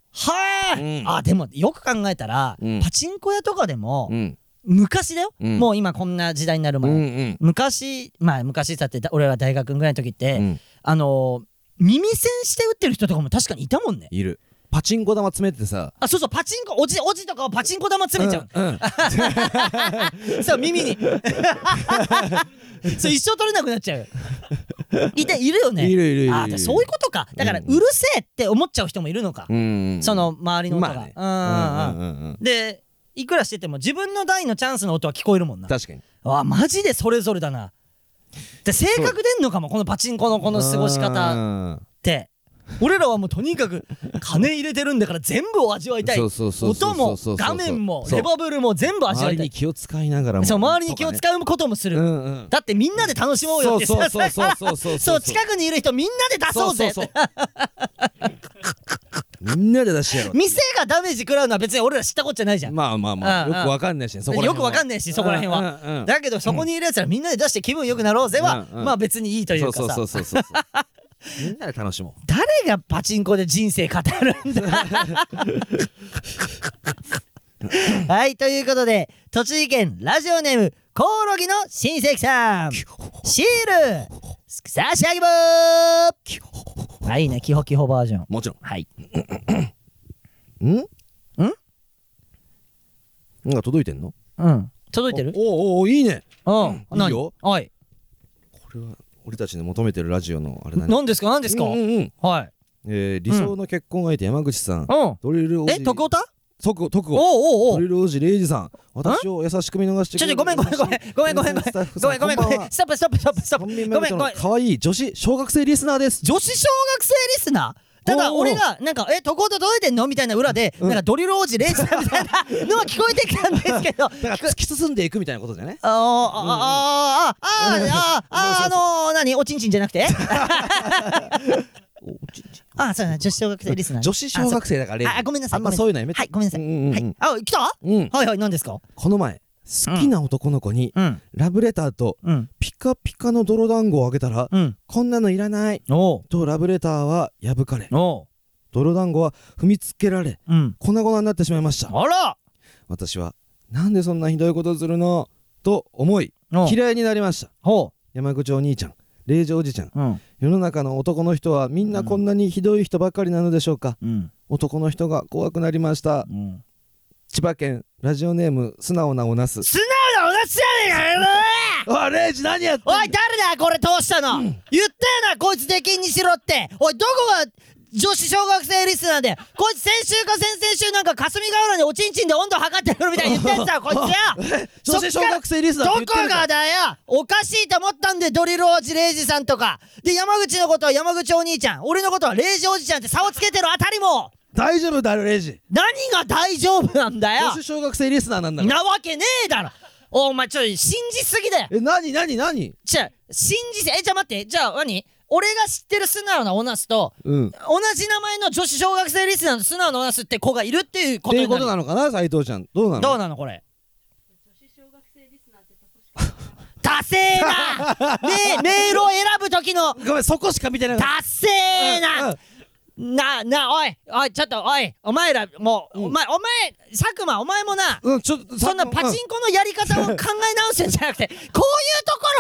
あ、うんあでもよく考えたら、うんパチンコ屋とかでも、うん昔だよ、うんもう今こんな時代になるう前、んうん昔まあ昔だってだ俺ら大学ぐらいの時って、うんあのー耳栓して打ってる人とかも確かにいたもんねいるパチンコ玉詰めてさあそうそうパチンコおじおじとかをパチンコ玉詰めちゃう、うんうん そう耳にそう一生取れなくなっちゃういているよねいるいるいるあーそういうことかだからううんるせえって思っちゃう人もいるのか、うんうんその周りの音が、まあねうんうんうんうんうんうんでいくらしてても自分の代のチャンスの音は聞こえるもんな確かにわマジでそれぞれだなで性格出んのかもこのパチンコのこの過ごし方っ方て俺らはもうとにかく金入れてるんだから全部を味わいたいそうそうそうそう音もそうそうそう画面もそうレバブルも全部味わ周いりたいに気を使いながらもそう周りに気をう使うこともする、うんうんだってみんなで楽しもうよってそうそうそうそうそうそう近くにいる人みんなで出そうぜそうそうそうみんなで出しやろう店がダメージ食らうのは別に俺ら知ったことじゃないじゃん、まあまあまあうんうんよくわかんないしねそこらよ辺くはわかんないしそこら辺は、うんうんうんだけどそこにいるやつらみんなで出して気分よくなろうぜは、うんうんまあ別にいいというかさそうそうそうそうそう みんなで楽しも誰がパチンコで人生語るんだはいということで栃木県ラジオネームコオロギの親戚さんシール差し上げまーあいいねキホキホバージョンうもちろんはいんんなんか届いてんのうん届いてるおおおいいねうんいいよ何はいこれは俺たちの求めてるラジオのあれだね何ですか何ですかうんうんうんはいえー理想の結婚相手山口さんうんドリル王子え徳岡徳お徳うをおうおドうリル王子レイジさん私を優しく見逃してちょちょごめんごめんごめんごめんごめんごめんスタッフごさめんごめんごめん ストップストップストップストッコプンビごメめんイごトのめん可愛い女子小学生リスナーです女子小学生リスナーただおー俺がなんか「えどこど届いてんの?」みたいな裏で、なんかドリル王子レイジさんみたいなのは聞こえてきたんですけ どだから突き進んでいくみたいなことじゃねあーあーあーあーあーあーあのー、何おちんちんじゃな くてあーそうだな女子小学生リスナー女子小学生だからレイジあごめんなさいあんまそういうのやめてはいごめんなさい、うんうんはういん、あ来た、うんはいはい何ですかこの前好きな男の子にうんラブレターとうんピカピカの泥団子をあげたらうんこんなのいらないおうとラブレターは破かれおう泥団子は踏みつけられうん粉々になってしまいましたあら私はなんでそんなひどいことをするのと思いおう嫌いになりましたほ山口お兄ちゃん霊場おじちゃんううん世の中の男の人はみんなこんなにひどい人ばかりなのでしょうか、うん男の人が怖くなりましたうん千葉県ラジオネーム素直なおなす素直な同じじゃねえかよあレイジ何やっておい誰だこれ通したの、言ったよなこいつ出禁にしろっておいどこが女子小学生リスナーでこいつ先週か先々週なんか霞ヶ浦におちんちんで温度測ってるみたいに言ってんだよこいつ よ 女子小学生リスナどーこって言ってるからがだよおかしいと思ったんでドリル王子レイジさんとかで山口のことは山口お兄ちゃん俺のことはレイジおじちゃんって差をつけてるあたりも大丈夫だよレイジ何が大丈夫なんだよ女子小学生リスナーなんだからなわけねえだろお前ちょっと信じすぎだよえ何何何じゃあ信じてえじゃあ待ってじゃあ何俺が知ってる素直なオナスとうんっ同じ名前の女子小学生リスナーの素直なオナスって子がいるっていうことていにうことななるのかな斉藤ちゃんどうなのどうなのこれ女子小学生リスナーって 達成なねメールを選ぶ時のごめんそこしか見てなかっ達成たなな、な、おい、おい、ちょっと、おい、お前ら、もう、お前、お前、佐久間、お前もな、うん、うん、ちょっとそんなパチンコのやり方を考え直してんじゃなくて、こういうとこ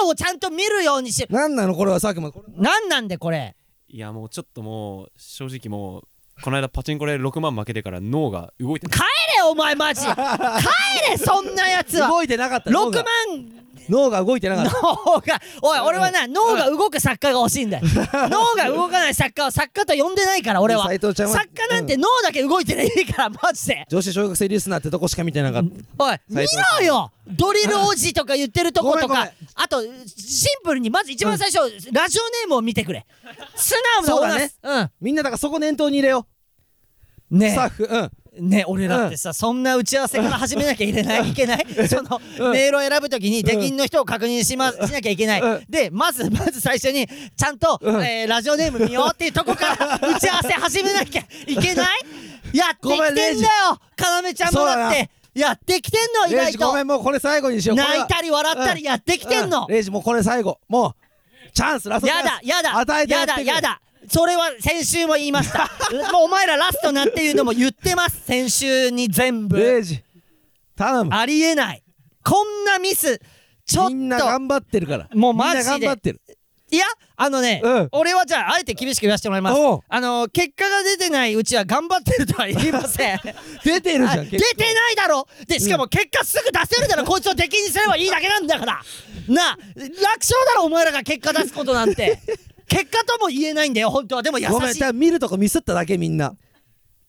ろをちゃんと見るようにし、何なのこれは佐久間これなんなんでこれ。いやもうちょっともう正直もうこの間パチンコで6万負けてから脳が動いてない帰れお前マジ帰れそんなやつは動いてなかった6 脳万が脳が動いてなかった脳が おい俺はな脳が動く作家が欲しいんだよ脳が動かない作家を作家と呼んでないから俺は斉藤ちゃんは作家なんて脳だけ動いてないからマジで女子小学生リスナーってとこしか見てなかったおい見斉藤さんろよドリル王子とか言ってるとことごめんごめかんあとシンプルにまず一番最初ラジオネームを見てくれ素直な女そうみんなだからそこ念頭に入れようんう、ねスタッフうんね俺らってさ、そんな打ち合わせから始めなきゃいけない いけないその、メールを選ぶときに出禁の人を確認し,、ま、しなきゃいけない、うんでまずまず最初にちゃんと、うんえーラジオネーム見ようっていうとこから 打ち合わせ始めなきゃいけないやってきごめんてレイんジだよ要ちゃんもだってやってきてんの、レイ意ジ外ごとめ。んもうこれ最後にしよう泣いたり笑ったりやってききてんの。レイジもうこれ最後もうチャンスラストチャやンスだ、やだ、与えてややってだ、くれやだ。それは先週も言いま した。うもうお前らラストなんていうのも言ってます。先週に全レ部。イジ頼 むありえない。こんなミス、ちょっとみ。んな頑張ってるからもうマジでみんな頑張ってるいや、あのね、うん俺はじゃあ、あえて厳しく言わせてもらいますおう。あの、結果が出てないうちは頑張ってるとは言いません。 出てるじゃあん出て結構ないだろで、しかも結果すぐ出せるならこいつを敵にすればいいだけなんだからなあ、楽勝だろお前らが結果出すことなん て結果とも言えないんだよ、本当は。でも優ごめんしい多。分見るとこミスっただけみんな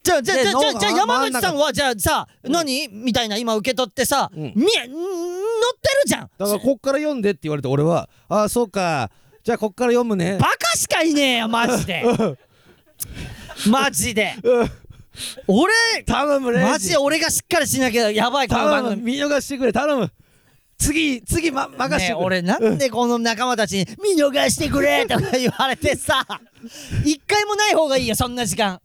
じゃあ、じゃあ、でじゃあ、じゃあ脳がじゃあ山回口んなかっさんは、じゃあさ、何みたいな今受け取ってさ、うんみ、ん乗ってるじゃんだからこっから読んでって言われて俺はああそうかじゃあこっから読むねバカしかいねえよ、マジで。マジで。俺、頼むレイジマジで俺がしっかりしなきゃやばい、この番頼む組。見逃してくれ頼む次次、ま、任ねえしてくれ、俺なんでこの仲間たちに「見逃してくれ!」とか言われてさ一回もない方がいいよそんな時間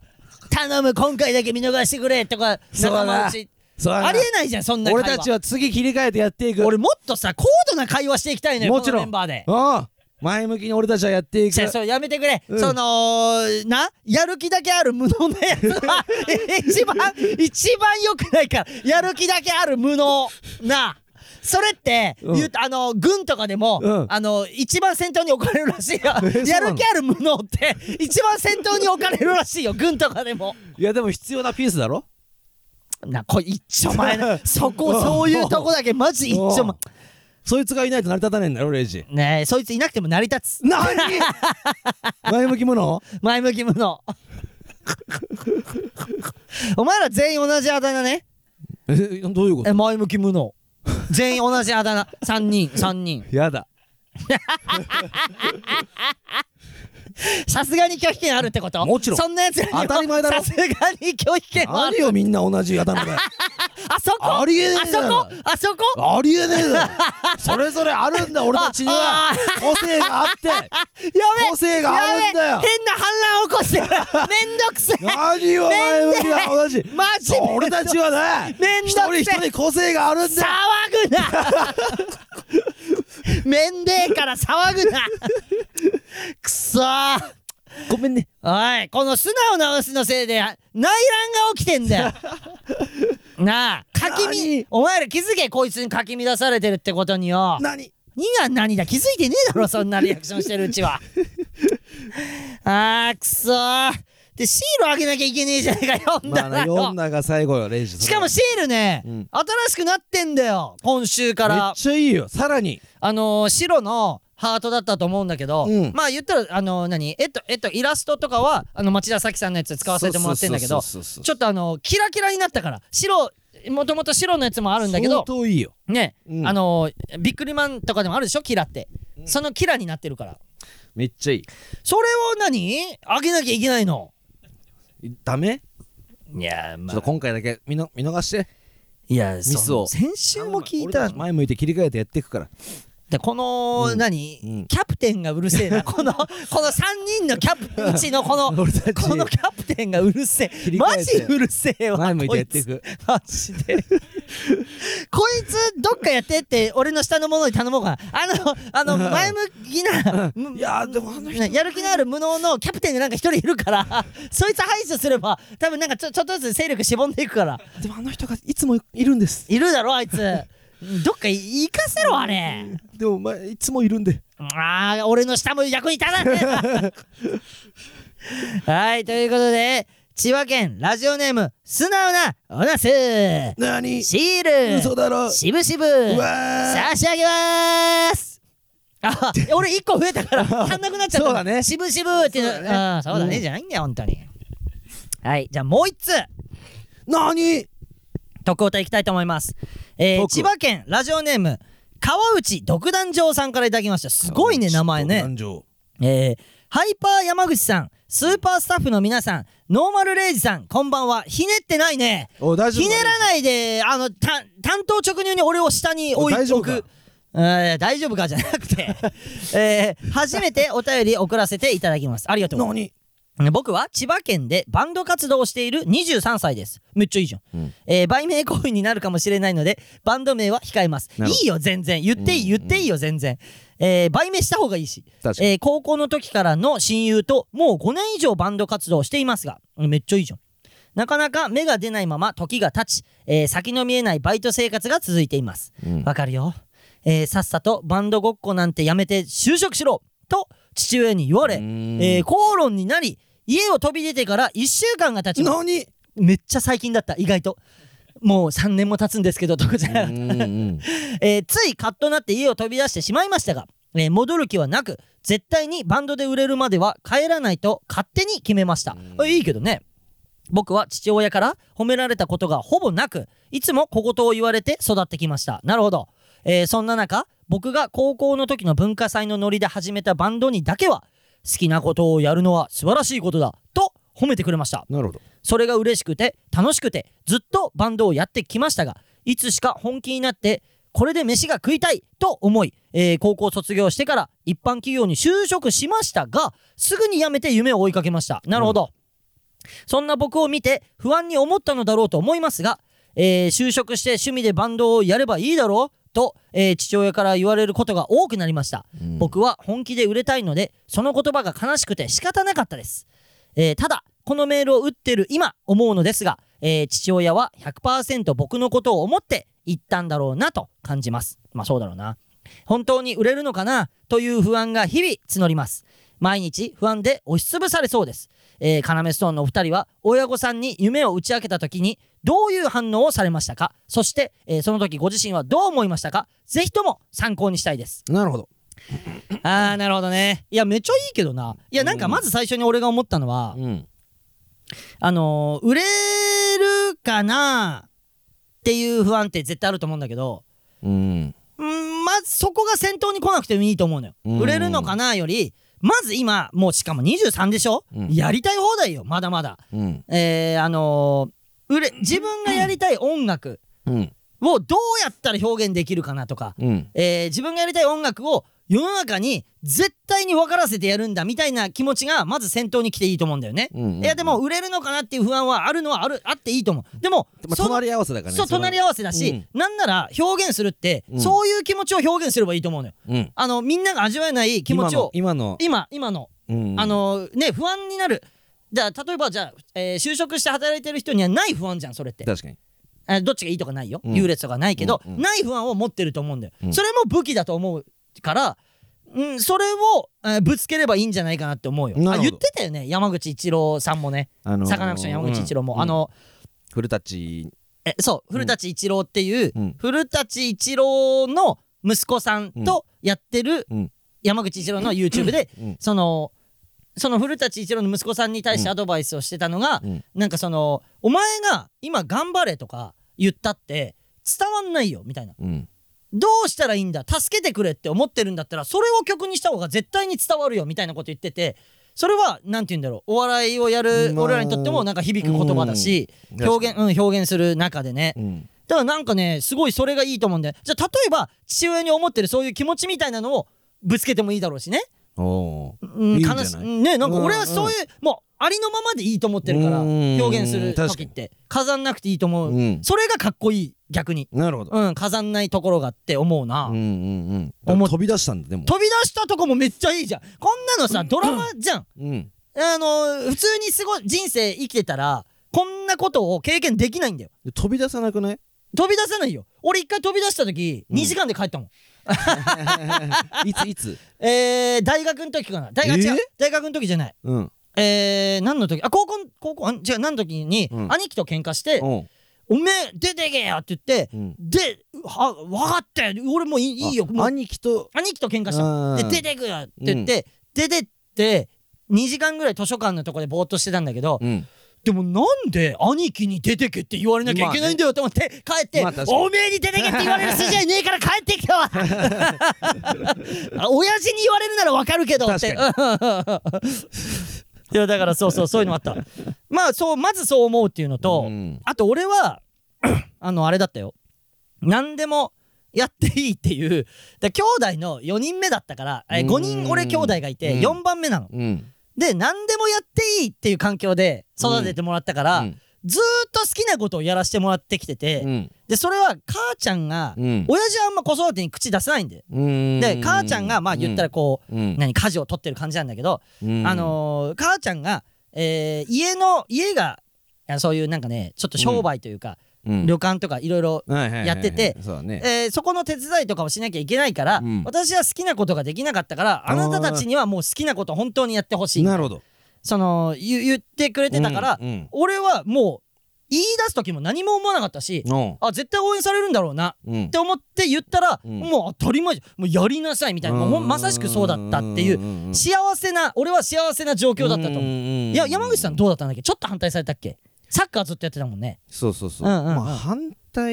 頼む今回だけ見逃してくれとかそう仲だな間内そうだなありえないじゃんそんな会話俺たちは次切り替えてやっていく俺もっとさ高度な会話していきたいのよもちろこのんメンバーでうん前向きに俺たちはやっていくじゃあそうやめてくれ、うんそのなやる気だけある無能なやつ は一番一番良くないからやる気だけある無能なそれって、うん言うとあの軍とかでも、うんあの一番先頭に置かれるらしいよ えそうなのやる気ある無能って一番先頭に置かれるらしいよ軍とかでもいやでも必要なピースだろなこれ一丁前なそ こそういうとこだけマジ一丁う前んそいつがいないと成り立たねえんだろレイジねえそいついなくても成り立つ何 前向き もの前向き無能お前ら全員同じあだ名ねえどういうこえ前向き無能全員同じあだ名3人3人やださすがに拒否権あるってこともちろんそんなやつらにも当たり前だろさすがに拒否権はああるるよみんな同じや だ名だよあそこありえねあえそだろこあそこありえねえだろそれぞれあるんだ俺たちにはあ個性があってやべ個性があるんだやよべ変な反乱起こしてる めんどくせえ何よ前向きは同じマジで俺たちはねめんどく一せ人え一人個性があるんだ騒よぐ なめんでえから騒ぐなくそーごめんねおいこの素直なオスのせいで内乱が起きてんだ よなあかきみ何お前ら気づけこいつにかき乱されてるってことによ何何が何だ気づいてねえ だろそんなリアクションしてるうちはあーくそーでシールあげなきゃいけねえじゃねえか読んまあだならよ、読んだが最後よレイジしかもそシールね、うん新しくなってんだよ今週かれめらっちゃいいよさらにあのー白のハートだったと思うんだけど、うんまあ言ったらあのー何えっとえっとイラストとかはあの町田咲さんのやつ使わせてもらってんだけどそうそうそうそうちょっとあのーキラキラになったから白もともと白のやつもあるんだけど相当いいよね、うんあのービックリマンとかでもあるでしょキラって、そのキラになってるからめっちゃいそれを何あげなきゃいけないのいダメいやーちょまっと今回だけ見の見逃していやミスを先週も聞い俺たち前向いて切り替えてやっていく からでこの、うん何、うんキャプテンがうるせ えなこのこの3人のキャプうちのこの俺たちこのキャプテンがうるせ切えり替マえジてうるせえわ前向いてやってこいいつくマジで こいつどっかやってって俺の下の者に頼もうかなあのあの 前向きなむいやーでもあの人ねやる気のある無能のキャプテンがなんか一人いるから そいつ排除すれば多分なんかちょちょっとずつ勢力しぼんでいくからでもあの人がいつもいるんですいるだろあいつどっか行かせろあれでもまあいつもいるんでああ、俺の下も役に立た ねえはい、ということで、千葉県ラジオネーム、素直なおなす。なにシー嘘だろル、しぶしぶ、う差わし上げます。あ、俺一個増えた から、足んなくなっちゃった。そうだねしぶしぶっていうの。そううだんそうだね、うんじゃないんだよ、本当に。はい、じゃあもう一通。ーなに特応隊いきたいと思います、えー、特千葉県ラジオネーム川内独壇場さんからいただきましたすごいね名前ね男女えー、ハイパー山口さんスーパースタッフの皆さんノーマルレイジさんこんばんはひねってないねお大丈夫ひねらないであのた担当直入に俺を下に置い大丈夫置かくえー大丈夫か じゃなくて、えー初めてお便り送らせていただきますありがとうなに僕は千葉県でバンド活動をしている23歳です。めっちゃいいじゃん。うんえー売名行為になるかもしれないので、バンド名は控えます。なるほどいいよ、全然。言っていい、うん言っていいよ、全然。えー売名した方がいいし。確かに、えー高校の時からの親友ともう5年以上バンド活動をしていますがめっちゃいいじゃんなかなか芽が出ないまま時が経ち、えー先の見えないバイト生活が続いていますうんわかるよ、えーさっさとバンドごっこなんてやめて就職しろと父親に言われ、うえんー口論になり家を飛び出てから1週間が経ちます何めっちゃ最近だった意外ともう3年も経つんですけどとかじゃなかったうんうんえーついカッとなって家を飛び出してしまいましたが、えー戻る気はなく絶対にバンドで売れるまでは帰らないと勝手に決めましたあいいけどね僕は父親から褒められたことがほぼなくいつも小言を言われて育ってきましたなるほど、えーそんな中僕が高校の時の文化祭のノリで始めたバンドにだけは好きなことをやるのは素晴らしいことだと褒めてくれました なるほどそれが嬉しくて楽しくてずっとバンドをやってきましたがいつしか本気になってこれで飯が食いたいと思い、えー高校卒業してから一般企業に就職しましたがすぐに辞めて夢を追いかけましたなるほど、そんな僕を見て不安に思ったのだろうと思いますが、えー就職して趣味でバンドをやればいいだろうと、えー父親から言われることが多くなりました、僕は本気で売れたいのでその言葉が悲しくて仕方なかったです、えーただこのメールを打ってる今思うのですが、えー父親は100%僕のことを思って言ったんだろうなと感じますまあそうだろうな本当に売れるのかなという不安が日々募ります毎日不安で押しつぶされそうです、えー、要ストーンのお二人は親御さんに夢を打ち明けた時にどういう反応をされましたかそして、えーその時ご自身はどう思いましたかぜひとも参考にしたいですなるほどあーなるほどねいやめっちゃいいけどないやなんかまず最初に俺が思ったのは、うんあのー売れるかなっていう不安って絶対あると思うんだけど、うんうん、まずそこが先頭に来なくてもいいと思うのよ。うん売れるのかなより、まず今、もうしかも23でしょ、うんやりたい放題よ、まだまだ。うんえー、あのー売れ、自分がやりたい音楽うんをどうやったら表現できるかなとか、うんえー自分がやりたい音楽を世の中に絶対に分からせてやるんだみたいな気持ちがまず先頭に来ていいと思うんだよね。うんいやでも売れるのかなっていう不安はあるのはあるあっていいと思う。でも、まあその隣り合わせだからねそう隣り合わせだし、なんなら表現するって、うんそういう気持ちを表現すればいいと思うのよ。合わせあのみんなが味わえない気持ちを今の今今の、今のあのね不安になる。じゃあ例えばじゃあ、えー就職して働いてる人にはない不安じゃんそれって確かにあどっちがいいとかないよ、うん優劣とかないけど、うんうんない不安を持ってると思うんだよ、うんそれも武器だと思うから、うん、それを、えーぶつければいいんじゃないかなって思うよなあるほど言ってたよね山口一郎さんもねあのーサカナクション山口一郎も、うんあの古舘えそう古舘一郎っていう、うん古舘一郎の息子さんとやってる、うん山口一郎の YouTube で、うんそのその古舘一郎の息子さんに対してアドバイスをしてたのが、うんなんかその「お前が今頑張れ」とか言ったって伝わんないよみたいなうんどうしたらいいんだ助けてくれって思ってるんだったらそれを曲にした方が絶対に伝わるよみたいなこと言っててそれはなんて言うんだろうお笑いをやるまあ俺らにとってもなんか響く言葉だしうん表現、うん、表現する中でねうんだからなんかねすごいそれがいいと思うんだよじゃあ例えば父親に思ってるそういう気持ちみたいなのをぶつけてもいいだろうしねおおーうんいいんじゃな悲いしねなんか俺はそういう、もうありのままでいいと思ってるからうん表現する確か時っにて飾んなくていいと思う、うんそれがかっこいい逆になるほどうん飾んないところがって思うな、うんうんうんだか思っら飛び出したんだでも飛び出したとこもめっちゃいいじゃんこんなのさドラマじゃん、うんあの普通にすごい人生生きてたらこんなことを経験できないんだよで飛び出さなくない飛び出せないよ俺一回飛び出した時うん2時間で帰ったもん、いついつえー、大学の時かな大学、えー違う大学の時じゃない うんえー、何の時あ高校高校あ違う何の時に、うん兄貴と喧嘩しておう「おめえ出てけよ!」って言って、うんでは分かったよ俺もういいいいよあもう兄貴と兄貴と喧嘩したあのでー出てくよって言って、出てって2時間ぐらい図書館のとこでぼーっとしてたんだけど、うんでもなんで兄貴に出てけって言われなきゃいけないんだよと思って帰って、まあ確かにおめえに出てけって言われる筋合いねえから帰ってきた わあ親父に言われるならわかるけどって。 いやだからそうそうそういうのもあったまあそうまずそう思うっていうのと、うんあと俺は あのあれだったよ何でもやっていいっていうだ兄弟の4人目だったから、えうん5人俺兄弟がいてうん4番目なの、うんで、何でもやっていいっていう環境で育ててもらったから、うんずーっと好きなことをやらせてもらってきてて、うんで、それは母ちゃんが、うん親父はあんま子育てに口出さないんで。うんで、母ちゃんが、まあ言ったらこう、うん何、家事を取ってる感じなんだけど、うんあのー母ちゃんが、えー家の、家が、いやそういうなんかね、ちょっと商売というか、うん旅館とかいろいろはいはいはいはいやっててそうだねえーそこの手伝いとかをしなきゃいけないから、うん私は好きなことができなかったからあなたたちにはもう好きなこと本当にやってほしいなるほどその言言ってくれてたから、うんうん俺はもう言い出す時も何も思わなかったし、うんあ絶対応援されるんだろうなうんって思って言ったら、うんもう当たり前じゃんもうやりなさいみたいな、もうほんまさしくそうだったっていう、うん幸せな俺は幸せな状況だったと思う、いや山口さんどうだったんだっけちょっと反対されたっけサッカーずっとやってたもんねそうそうそう、うんうんうんまあ反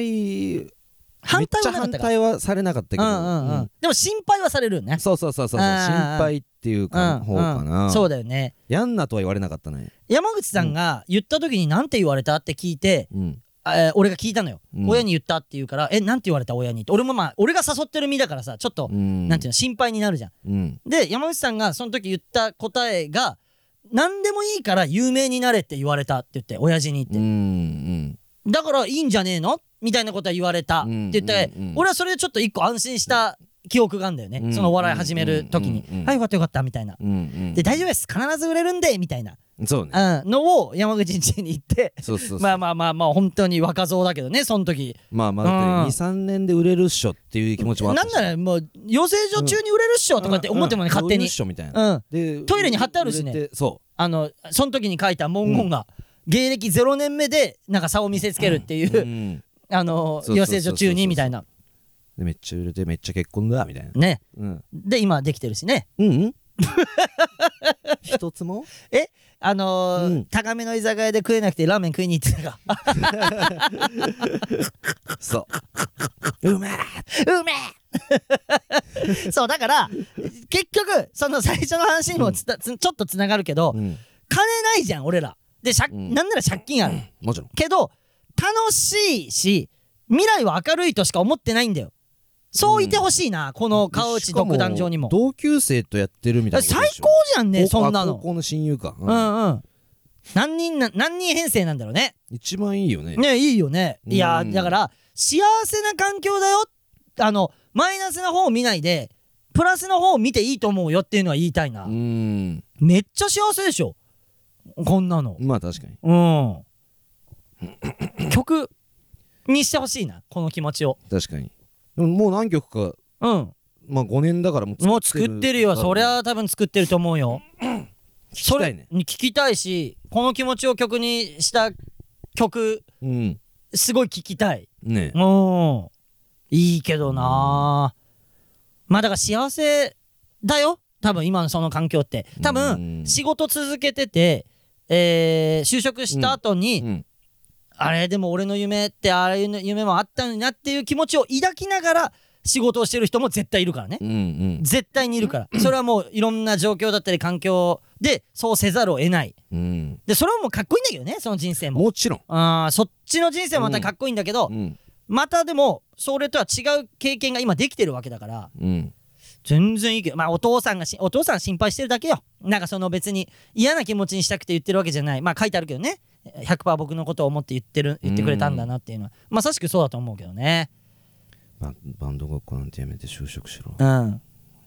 反対はなかっ対めたっちゃ反から対はされなかったけど、うんうんううんん、でも心配はされるよねそうそうそうそうそう心あー配っていうか、方かうな、んそうだよねやんなとは言われなかったね山口さんが言った時に何て言われたって聞いて、うんえー俺が聞いたのよ、うん親に言ったって言うからえ何て言われた親にって俺もまあ俺が誘ってる身だからさちょっと、うんなんていうの心配になるじゃんうんで山口さんがその時言った答えが何でもいいから有名になれって言われたって言って親父にうんう言って、んだからいいんじゃねえのみたいなことは言われたって言って、うんうんうん俺はそれでちょっと一個安心した記憶があるんだよね、うんそのお笑い始める時に、うんうんうんはいよかったよかったみたいな、うんうんで大丈夫です必ず売れるんでみたいなそうねうん、のを山口ん家に行ってそうそうそうままあまああまあまあ本当に若造だけどねその時まあまうんあ23年で売れるっしょっていう気持ちもなあんったしならもう養成所中に売れるっしょとかって思ってもね、うん勝手売れるにっしょみたいな、うんでトイレに貼ってあるしね売れてそ、あのその時に書いた文言が、芸歴0年目でなんか差を見せつけるっていうう、うん あのそうそうそうそう養成所中にみたいなでめっちゃ売れてめっちゃ結婚だみたいな、ねうん、で今できてるしねうんうん一つもあのーうん高めの居酒屋で食えなくてラーメン食いに行ってたがそううめえうめえ そうだから結局その最初の話にもつたつちょっとつながるけど、うん金ないじゃん俺らで借、うんなんなら借金あるもちろんけど楽しいし未来は明るいとしか思ってないんだよそういてほしいな、この川内独壇場にもしか同級生とやってるみたいなこと最でしょ高じゃんね高そんなあ高の校の親友か、うんうん何人な何人編成なんだろうね一番いいよねねいいよねいやうんだから幸せな環境だよあのマイナスな方を見ないでプラスの方を見ていいと思うよっていうのは言いたいな、うんめっちゃ幸せでしょこんなのまあ確かにうん。曲にしてほしいな、この気持ちを。確かにでももう何曲かうん。まあ5年だからもうもう作ってるよ、そりゃ多分作ってると思うよ。それね聞きたいし、この気持ちを曲にした曲、うんすごい聞きたい。ねうん。いいけどなぁまあだから幸せだよ、多分今のその環境って。多う分ん仕事続けてて、えー就職した後に、うんあれでも俺の夢ってああいうの夢もあったのになっていう気持ちを抱きながら仕事をしてる人も絶対いるからねうんうん絶対にいるからそれはもういろんな状況だったり環境でそうせざるを得ないうんでそれはもうかっこいいんだけどねその人生ももちろんあーそっちの人生もまたかっこいいんだけど、うんまたでもそれとは違う経験が今できてるわけだからうん全然いいけどまあお父さんがしお父さん心配してるだけよなんかその別に嫌な気持ちにしたくて言ってるわけじゃないまあ書いてあるけどね100%僕のことを思って言ってる言ってくれたんだなっていうのはまさしくそうだと思うけどねバンバンド学校なんてやめて就職しろうん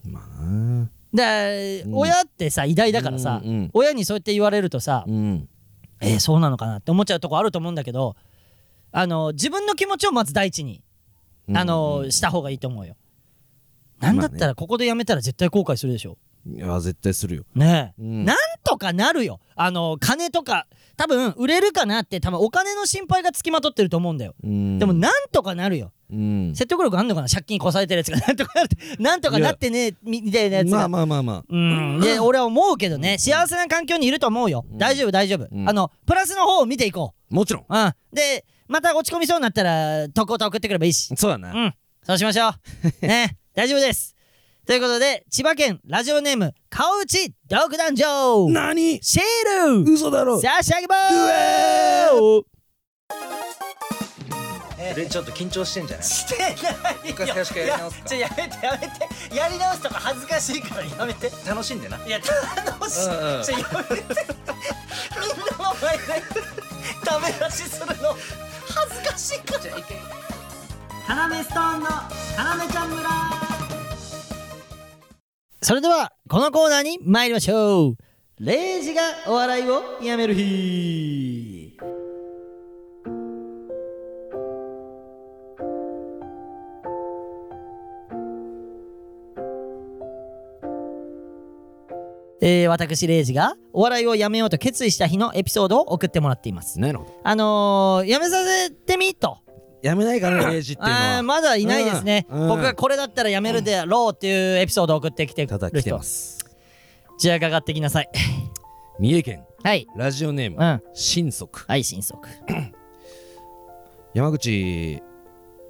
まあなで、うん親ってさ偉大だからさ、うんうん親にそうやって言われるとさ、うんえーそうなのかなって思っちゃうとこあると思うんだけどあの自分の気持ちをまず第一に、あのした方がいいと思うよなんだったまあらここでやめたら絶対後悔するでしょいや絶対するよねえ、うんなんとかなるよあの金とか多分売れるかなって多分お金の心配がつきまとってると思うんだよ、うんでもなんとかなるようん説得力あんのかな借金こされてるやつが なんとかなってなんとかなってねえみたいなやつが、まあまあまあまあうん、で俺は思うけどね幸せな環境にいると思うよ、大丈夫大丈夫、うんあのプラスの方を見ていこもちろんう、うん、でまた落ち込みそうになったらとこと送ってくればいいしそうだなうんそうしましょう ね大丈夫ですということで千葉県ラジオネーム顔内独壇場何シール嘘だろ差し上げまうーすえでちょっと緊張してんじゃないしてないよ一回最初からやり直すかいやちょやめてやめてやり直すとか恥ずかしいからやめて楽しんでないや楽しい、うんうんちょやめてみんなの前でダメ出しするの恥ずかしいからカナメストーンのカナメちゃん村それではこのコーナーに参りましょうレイジがお笑いをやめる日えー、私レイジがお笑いをやめようと決意した日のエピソードを送ってもらっていますなるほどあのー、やめさせてみとやめないからレイジっていうのあーはまだいないですね、うんうん僕がこれだったらやめるでろうっていうエピソードを送ってきてただく来るて人ますじゃあかかってきなさい 三重県はいラジオネーうムん新足はい新速山口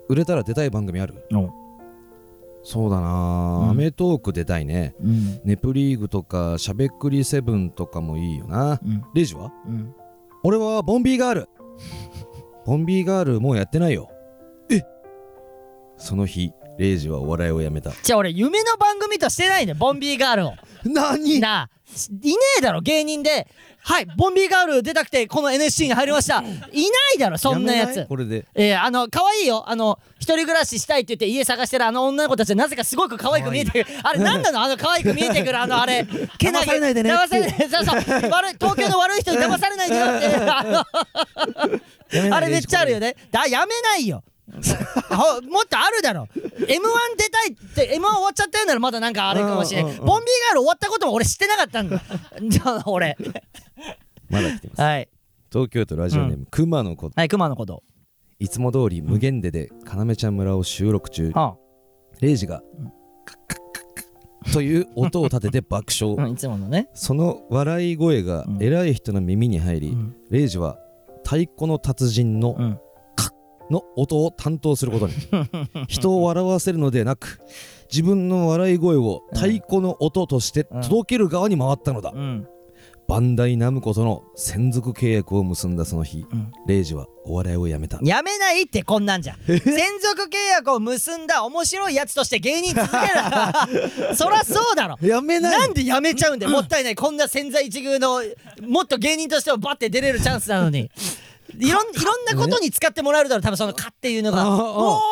売れたら出たい番組あるうんそうだなうんアメトーク出たいねうんネプリーグとかしゃべくりセブンとかもいいよなうんレイジはうん俺はボンビーガールボンビーガールもうやってないよえその日レイジはお笑いをやめたじゃあ俺夢の番組としてないねボンビーガールを何なあいねえだろ芸人ではいボンビーガール出たくてこの NSC に入りましたいないだろそんなやめついこれでえー、あの可愛いよあの一人暮らししたいって言って家探してるあの女の子たちはなぜかすごく可愛く見えてくるあれ何なのあの可愛く見えてくるあのあれけ 騙されないでね騙されないそうそう 悪い東京の悪い人に騙されないでよってあやめのないあれめっちゃあるよねねだやめない よほもっとあるだろ m 1出たいって m 1終わっちゃったようならまだなんかあれかもしれないうんボうンんビーガーうんル終わったことも俺知ってなかったんだ じゃあ俺まだ来てますはい東京都ラジオネーム熊の子はい熊のこといつも通り無限でで要ちゃん村を収録中はレイジがカッカッカッカッという音を立てて爆 笑あ、うん、いつものねその笑い声がうん偉い人の耳に入り、うんレイジは太鼓の達人の、うんカッの音を担当するこ とに人を笑わせるのでなく自分の笑い声を太鼓の音としてうん届ける側に回ったのだ、うんバンダイナムコとの専属契約を結んだその日、うんレイジはお笑いをやめたやめないってこんなんじゃ専属契約を結んだ面白いやつとして芸人続けるな そらそうだろやめないなんでやめちゃうんだよもったいないこんな千載一遇のもっと芸人としてもバッて出れるチャンスなのにいろんいろんなことに使ってもらえるだろ多分その「か」っていうのが「ああお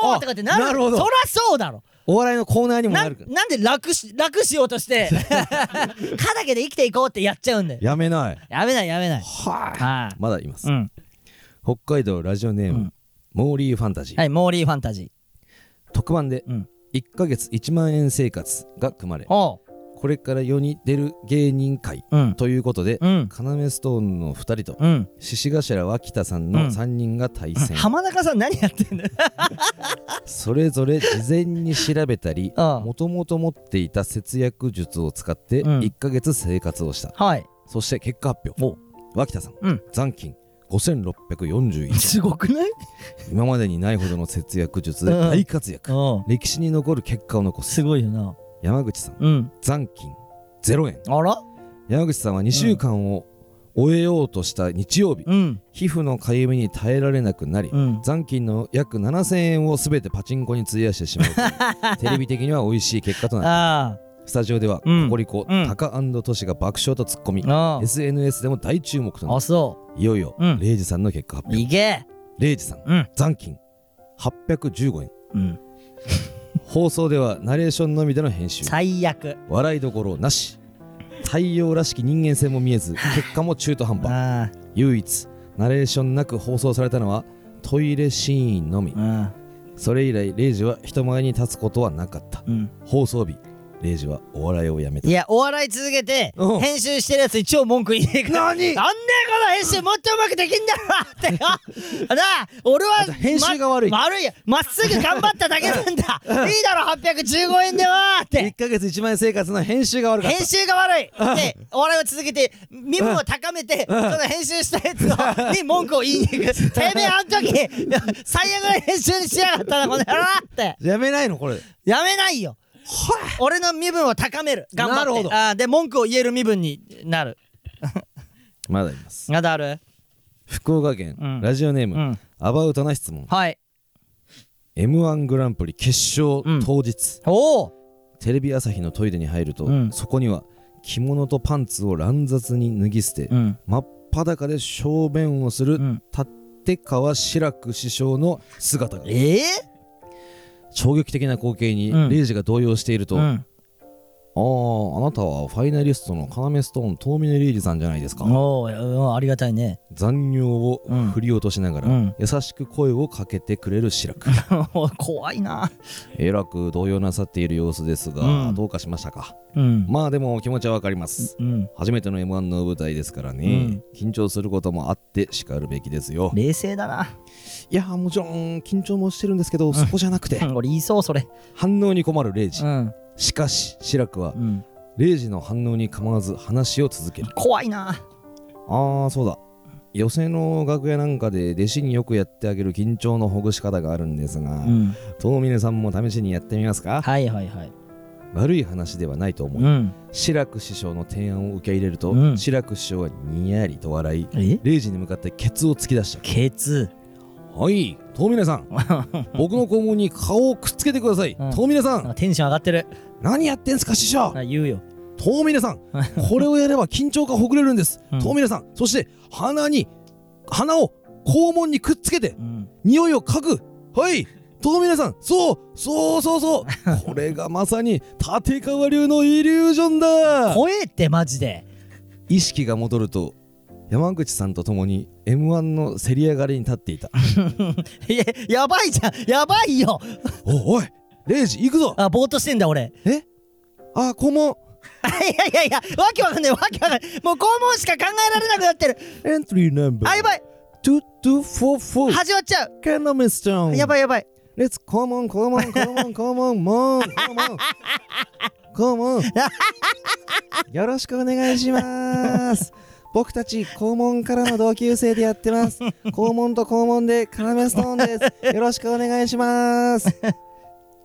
あお」あとかってなるなるほどそらそうだろお笑いのコーナーにもなななるからんで楽し楽しようと して「か」だけで生きていこうってやっちゃうんだよやめないやめないやめないはいまだいます、うん北海道ラジオネーム、うんモーリーファンタジー、はいモーリーファンタジ特番でーうん1ヶ月1万円生活が組まれおうこれから世に出る芸人会うんということで、うんカナメストーンの2人とうん獅子頭脇田さんうんの3人が対戦、浜中さん何やってんだよそれぞれ事前に調べたりああもともと持っていた節約術を使ってうん1ヶ月生活をした、はいそして結果発お表脇田さん、うん残金5641円すごくない今までにないほどの節約術で大活躍、うん歴史に残る結果を残すすごいよな山口さんうん残金0円あら山口さんは2週間を終えようとした日曜日、うん皮膚のかゆみに耐えられなくなり、うん残金の約7000円を全てパチンコに費やしてしまう というテレビ的には美味しい結果となるあスタジオでは、うんココリコ、うんタカトシが爆笑とツッコミ、あ SNS でも大注目となあるそいよいよ、うんレイジさんの結果発うい表けレイジさんうん残金815円うん放送ではナレーションのみでの編集最悪笑いどころなし太陽らしき人間性も見 えず結果も中途半端あ唯一ナレーションなく放送されたのはトイレシーンのみあそれ以来レイジは人前に立つことはなかったうん放送日レイジはお笑いをやめたいやお笑い続けてうん編集してるやつ一応文句言いねえから何なんでこの編集もっとうまくできんだろってよなあ俺はと編集が悪いま悪いよまっすぐ頑張っただけなんだいいだろ815円ではって1ヶ月1万円生活の編集が悪かった編集が悪いでお笑いを続けて身分を高めてその編集したやつ をに文句を言いに行くてめえあの時最悪の編集にしやがったなこの野郎ってやめないのこれやめないよ俺の身分を高める頑張ってなるほどあーで文句を言える身分になるまだいますまだある福岡県、うんラジオネーム、うんアバウトな質問はい m 1グランプリ決勝うん当日、おおテレビ朝日のトイレに入ると、うんそこには着物とパンツを乱雑に脱ぎ捨て、うん真っ裸で小便をするうん立川志らく師匠の姿がええ衝撃的な光景にうんレイジが動揺していると、うあんああなたはファイナリストの要ストーン遠峰リージさんじゃないですか、おおうんありがたいね 残尿をうん振り落としながら、うん優しく声をかけてくれる志らく怖いなえらく動揺なさっている様子ですが、うんどうかしましたかうんまあでも気持ちはわかります、うん初めての m 1の舞台ですからね、緊張することもあってしかるべきですよ冷静だな、いやもちろん緊張もしてるんですけど、そこじゃなくてうん、俺言いそうそれ反応に困るレイジ、うん、しかし志らくはうん、レイジの反応に構わず話を続ける怖いなああそうだ寄席の楽屋なんかで弟子によくやってあげる緊張のほぐし方があるんですが、うん遠峰さんも試しにやってみますかはいはいはい悪い話ではないと思う、うん志らく師匠の提案を受け入れると、うん志らく師匠はにやりと笑いえレイジに向かってケツを突き出したケツはい遠峰 さん僕の肛門に顔をくっつけてください、うん遠峰さなんんかテンション上がってる何やってんすか師匠あ言うよ遠 峰さんこれをやれば緊張がほぐれるんです、うん遠峰さんそして鼻に鼻を肛門にくっつけてうん匂いを嗅ぐはい遠峰さんそうそうそうそう これがまさに立川流のイリュージョンだ怖えってマジで 意識が戻ると山口さんと共に m 1の競り上がりに立っていたいややばいじゃんやばいよおおいレイジ行くぞああぼーっとしてんだ俺 あ肛門いやいやいやわけわかんないわけわかんないもう肛門しか考えられなくなってるエントリーナンバあーやばい2244始まっちゃキャナメスちゃんうやばいやばいレッツコモンコモンコモンコモンモンコモンコモン よろしくお願いします僕たち肛門からの同級生でやってます肛門と肛門でカラメストーンですよろしくお願いします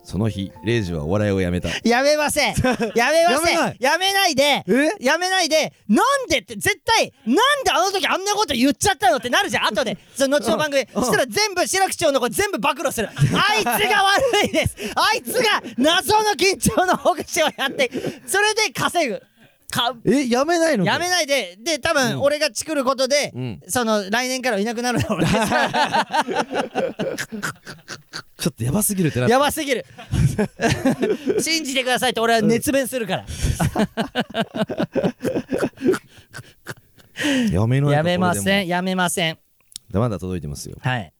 その日レイジはお笑いをやめたやめま せんやめませんやめないやめないでえやめないで、なんでって、絶対、なんであの時あんなこと言っちゃったのってなるじゃん、後で、その後の番組、そしたら全部、白口町の子全部暴露 する、あいつが悪いです、あいつが謎の緊張のほぐしをやって、それで稼ぐ。かえやめないのやめないで、で、多分俺がチクることで、うんその来年からいなくなるだろうね ちょっとやばすぎるってなやばす ぎる。信じてくださいって俺は熱弁するから。やめないやめません、んやめません。まだ届いてますよはい。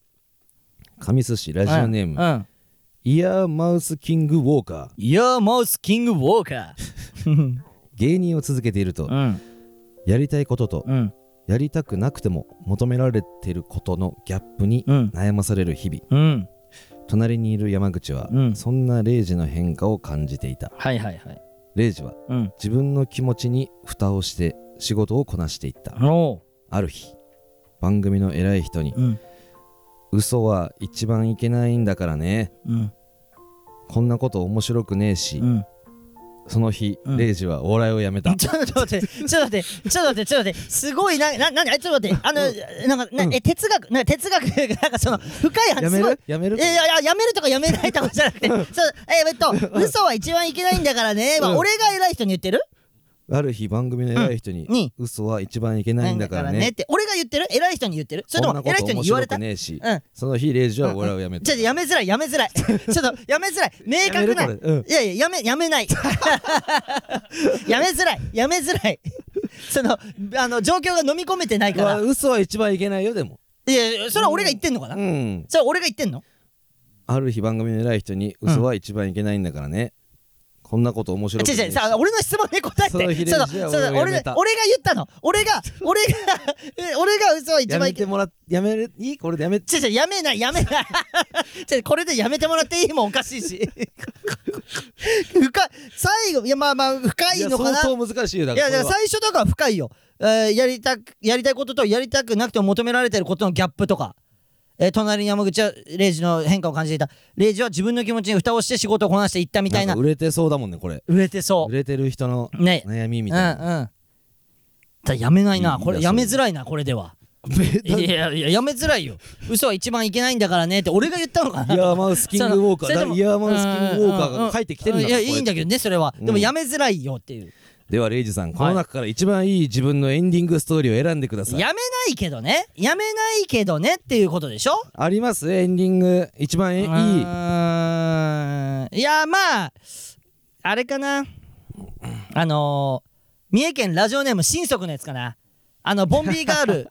神寿司ラジオネーム、うん。うんイヤーマウスキングウォーカーいやマウスキングウォーカー。芸人を続けていると、うんやりたいこととうんやりたくなくても求められてることのギャップにうん悩まされる日々、うん。隣にいる山口は、うんそんなレイジの変化を感じていたはいはいはい。レイジはうん。自分の気持ちに蓋をして仕事をこなしていった、おう。ある日番組の偉い人にうん「嘘は一番いけないんだからねうんこんなこと面白くねえし、うん。その日、うんレイジはお笑いをやめ たちょっと待って、ちょっと待って、ちょっと待って、ちょっと待って、すごいな、な、なに、あちょっと待って、あの、なんか、な、え、哲学、な、哲学、なんか、その、深い話。やめすごいるやめるいやいやいや、やめるとかやめないとかじゃなくて、そう、え、えっと、嘘は一番いけないんだからね、はうん俺が偉い人に言ってるある日番組の偉い人に「うんに嘘は一番いけないんだからねって、俺が言ってる偉い人に言ってるそれとも、偉い人に言われたこんなこと面白くねえし、うんその日レイジは笑いをやめちた、ょっとやめづらい、やめ づらい。ちょっとやめづらい。明やめ確るな。これうんいやいや、やめ、やめない。 やめづらい、やめづらい。その、あの、状況が飲み込めてないかまあら。嘘は一番いけないよでもいやいや、それは俺が言ってんのかな、うんそれは俺が言ってんのある日番組の偉い人にうん嘘は一番いけないんだからね、こんなこと面白く違うね違えう、しさあ、俺の質問に答えて。その日そのレジはその俺がや俺めたが俺が言ったの。俺が、俺が、え俺が 嘘は一や番めいけてもらっやめるいいこれでやめ違う違う、やめない、やめない。 違うこれでやめてもらっていいもんおかしい し。深い、最後、いや、まあまあ、深いいやのか相な。当難しいよだいかやらいやこれは最初とかは深いよ、えーやりたくやりたいこととやりたくなくても求められてることのギャップとか、えー隣に山口はレイジの変化を感じていたレイジは自分の気持ちに蓋をして仕事をこなしていったみたいなんか売れてそうだもんねこれ売れてそ売うれてる人のね悩みみうんうたいな、んただやめないなうんこれいややそうめづらいなこれでは いやいややめづらいよ嘘は一番いけないんだからねって俺が言ったのかなイヤーマウスキングウォーカそーのそれだでもイヤーマウスキングウォーカーが帰ってきてるんだいからやいいんだけどねそれは、うんでもやめづらいよっていうではレイジさんこの中から一番いい自分のエンディングストーリーを選んでくださいやめないけどねやめないけどねっていうことでしょありますエンディング一番えいいうーんいやまああれかなあのー三重県ラジオネーム新足のやつかなあのボンビーガー ル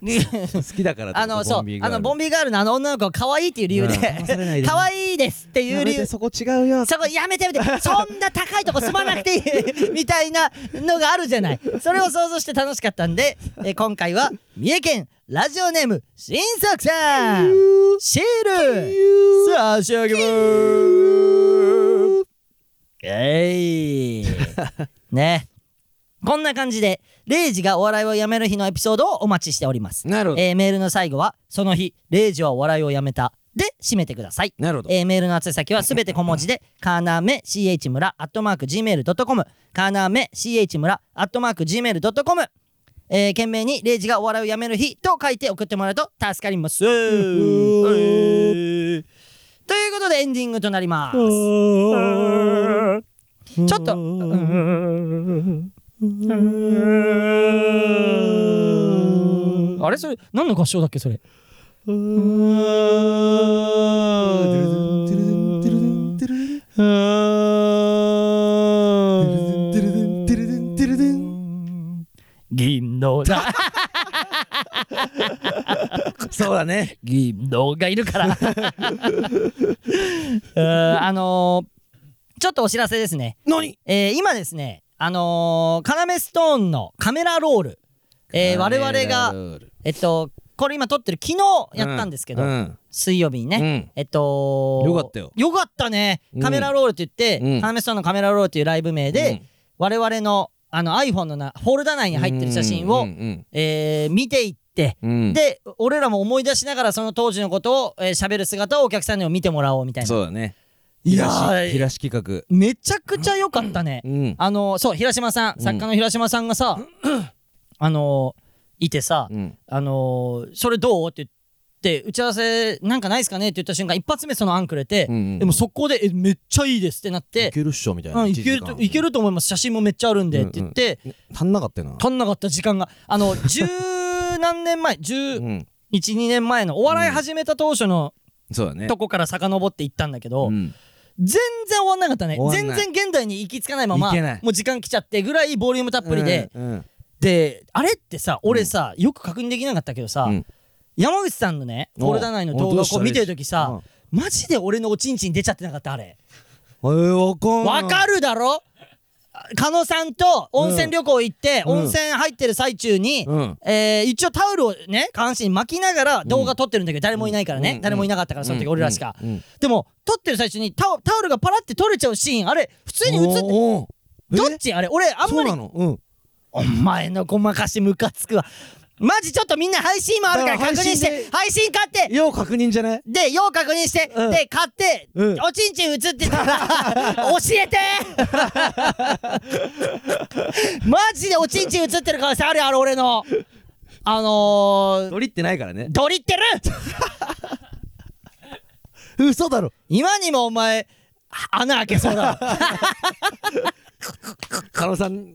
に好きだからってことあのそボうンビーガあールのボンビーガールのあの女の子が可愛いっていう理由うん騙されないで で可愛いですっていやうめ理て由そこ違うよそこやめてやめてそんな高いとこ住まなくていいみたいなのがあるじゃないそれを想像して楽しかったんで、えー今回は三重県ラジオネーム新作さんシール差し上げますえいねこんな感じでレイジがお笑いをやめる日のエピソードをお待ちしております、なるほどえーメールの最後は「その日レイジはお笑いをやめた」で締めてくださいなるほどえーメールの宛先はすべて小文字で、かなめ ch 村アットマーク gmail.com、かなめ ch 村アットマーク gmail.com、えー、懸命に、レイジがお笑いをやめる日と書いて送ってもらうと助かります。はいということでエンディングとなります。ちょっと、あれそれ、何の合唱だっけそれ。銀のだそうだね銀のがいるから うんあのーちょっとお知らせですね、何えー今ですねあのー、カナメストーンのカメラロール、えー我々がえっとこれ今撮ってる昨日やったんですけど、うん水曜日にね、うんえっとよかったよよかったねうんカメラロールって言って、うんカナメストーンのカメラロールっていうライブ名で、うん我々のあの iPhone のなフォルダ内に入ってる写真を、うんえー見ていって、うんうんで俺らも思い出しながらその当時のことを喋、えー、喋る姿をお客さんにも見てもらおうみたいなそうだねいや東ー東企画めちゃくちゃ良かったね、うんあのそう平島さんん作家の平島さんが さ、あのいてさ、うんあのそれどうって言って打ち合わせなんかないですかねって言った瞬間一発目その案くれて、うんでも速攻でえめっちゃいいですってなっていけるっしょみたいうんないけるといけるると思います写真もめっちゃあるんでって言って、足んなかったよな足んなかった時間があ の十何年前十うん12年前のお笑い始めた当初のそうだねとこから遡っていったんだけど、うん全然終わんなかったね終わん全ない然現代に行き着かないままいけないもう時間来ちゃってぐらいボリュームたっぷりで、うんうんであれってさ俺さ、よく確認できなかったけどさ、うん山口さんのねおフォルダ内の動おど画うしたを見てる時さうんマジで俺のおちんちん出ちゃってなかったあれえーわかんないわ、かるだろ狩野さんと温泉旅行行って、うん温泉入ってる最中に、うんえー一応タオルをね下半身に巻きながら動画撮ってるんだけど誰もいないからね、うん誰もいなかったからその時俺らしか、うんうんでも撮ってる最中にタオタオルがパラって取れちゃうシーンあれ普通に映っておーえどっちあれ俺あんそまうりなのうんお前のごまかしムカつくわマジちょっとみんな配信もあるからだから確認配信してで配信買って要確認じゃないでよう確認して、うんで買って、うんおちんちん映ってたら 教えてマジでおちんちん映ってる可能性あるよあれ俺のあのー、取りってないからねドリっ てる嘘だろ今にもお前穴開けそうだろ狩野さん